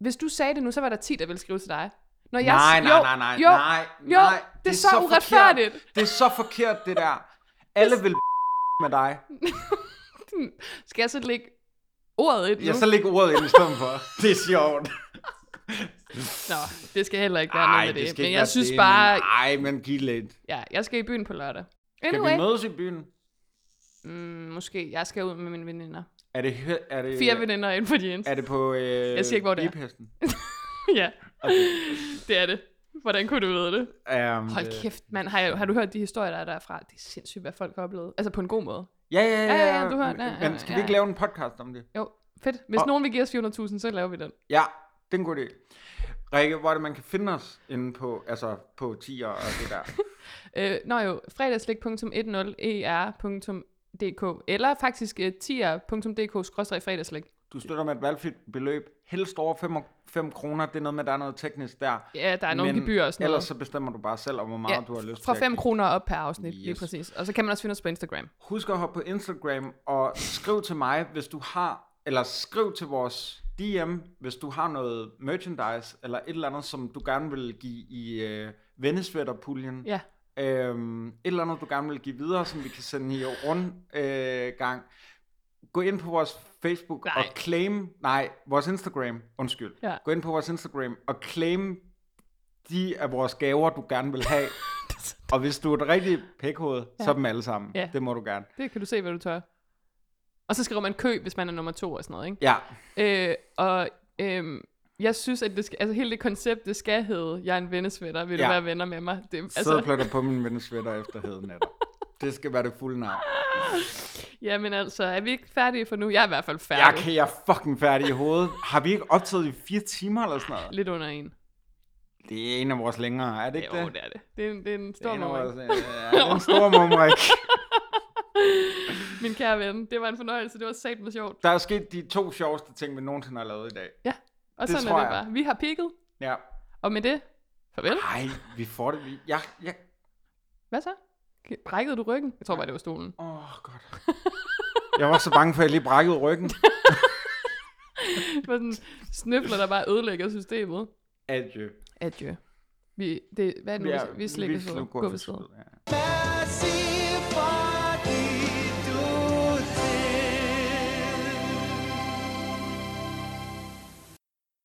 Hvis du sagde det nu, så var der 10, der ville skrive til dig. Når jeg,
Nej,
s-
nej, nej, nej,
jo,
nej,
jo,
nej.
det, er så, uretfærdigt.
Forkert. Det er så forkert, det der. Alle vil (laughs) med dig.
Skal jeg så lægge ordet ind nu?
Ja, så læg ordet ind i stedet for. (laughs) Det er sjovt.
Nå, det skal heller ikke være
Nej,
noget med
det
det.
skal
Men
ikke
jeg
være
synes
det,
bare,
Men, ej, men giv lidt.
ja, jeg skal i byen på lørdag.
Kan
Anyway,
vi mødes i byen?
mm, måske. Jeg skal ud med mine veninder.
Er det, hø- er det,
Fire veninder ind på de
er det på øh, jeg
siger ikke, hvor det er. Ja, (laughs) det er det. Hvordan kunne du vide det?
Um,
Hold kæft, mand. Har, jeg, har du hørt de historier, der er derfra? Det er sindssygt, hvad folk har oplevet. Altså på en god måde.
Ja, ja, ja.
Ja, ja, ja, du har-
men,
ja, ja,
men skal vi
ja.
ikke lave en podcast om det?
Jo, fedt. Hvis
Og-
nogen vil give os 400.000, så laver vi den.
Ja, det er en god idé. Rikke, hvor er det, man kan finde os inde på, altså på 10'er og det der?
(laughs) Øh, nå jo, e fredagslik.10er.dk eller faktisk uh, 10er.dk-fredagslik.
Du støtter med et valgfrit beløb. Helst over 5, 5 kroner. Det er noget med, der er noget teknisk der.
Ja, der er nogle
Men
gebyrer og sådan
Ellers
noget.
så bestemmer du bare selv, om hvor meget ja, du har lyst
fra
til. at
5
give.
kroner op per afsnit, yes. lige
Yes.
præcis. Og så kan man også finde os på Instagram.
Husk at hoppe på Instagram og skriv til mig, hvis du har, eller skriv til vores DM, hvis du har noget merchandise, eller et eller andet, som du gerne vil give i øh, vennesvætterpuljen.
Ja,
Øhm, et eller andet, du gerne vil give videre, som vi kan sende i rundgang. Øh, gang. Gå ind på vores Facebook
Nej.
og claim, nej, vores Instagram, undskyld.
Ja.
Gå ind på vores Instagram og claim de af vores gaver, du gerne vil
(laughs)
have. og hvis du er et rigtigt pækhoved, ja. så dem alle sammen.
Ja.
Det må du gerne.
det kan du se, hvad du tør. Og så skriver man kø, hvis man er nummer to og sådan noget, ikke?
Ja,
Øh, og øh, jeg synes, at det skal, altså hele det koncept, det skal hedde, jeg er en vennesvætter, vil ja.
Ja.
du være venner med mig? Det,
altså...
altså,
sidde og pletter på min vens sweater efter
(laughs)
heden af dig. Det skal være det fulde navn.
ja, men altså, er vi ikke færdige for nu? Jeg er i hvert fald færdig.
Jeg, kan, jeg er fucking færdig i hovedet. Har vi ikke optaget i fire timer eller sådan noget?
Lidt under en.
Det er en af vores længere, er det ikke
Jo, det er det. Det er en, det er en stor morgen.
Det er en
(laughs)
stor mumrik.
Min kære ven, det var en fornøjelse. Det var satme sjovt.
Der er sket de to sjoveste ting, vi nogensinde har lavet i dag.
Ja, og
Det
sådan
tror
er det
jeg.
bare. Vi har pikket,
Ja.
og med det, farvel.
Ej, vi får det. Vi... Ja, ja.
Hvad så? Brækkede du ryggen? Jeg tror bare, det var (laughs) stolen.
Åh, oh, godt. Jeg var så bange for, at jeg lige brækkede
(laughs)
ryggen.
Det var sådan snøfler, der bare ødelægger systemet.
Adjø.
Adieu. Vi, det, hvad er det nu?
Ja,
vi slikker så. Gå ved siden.
Ja.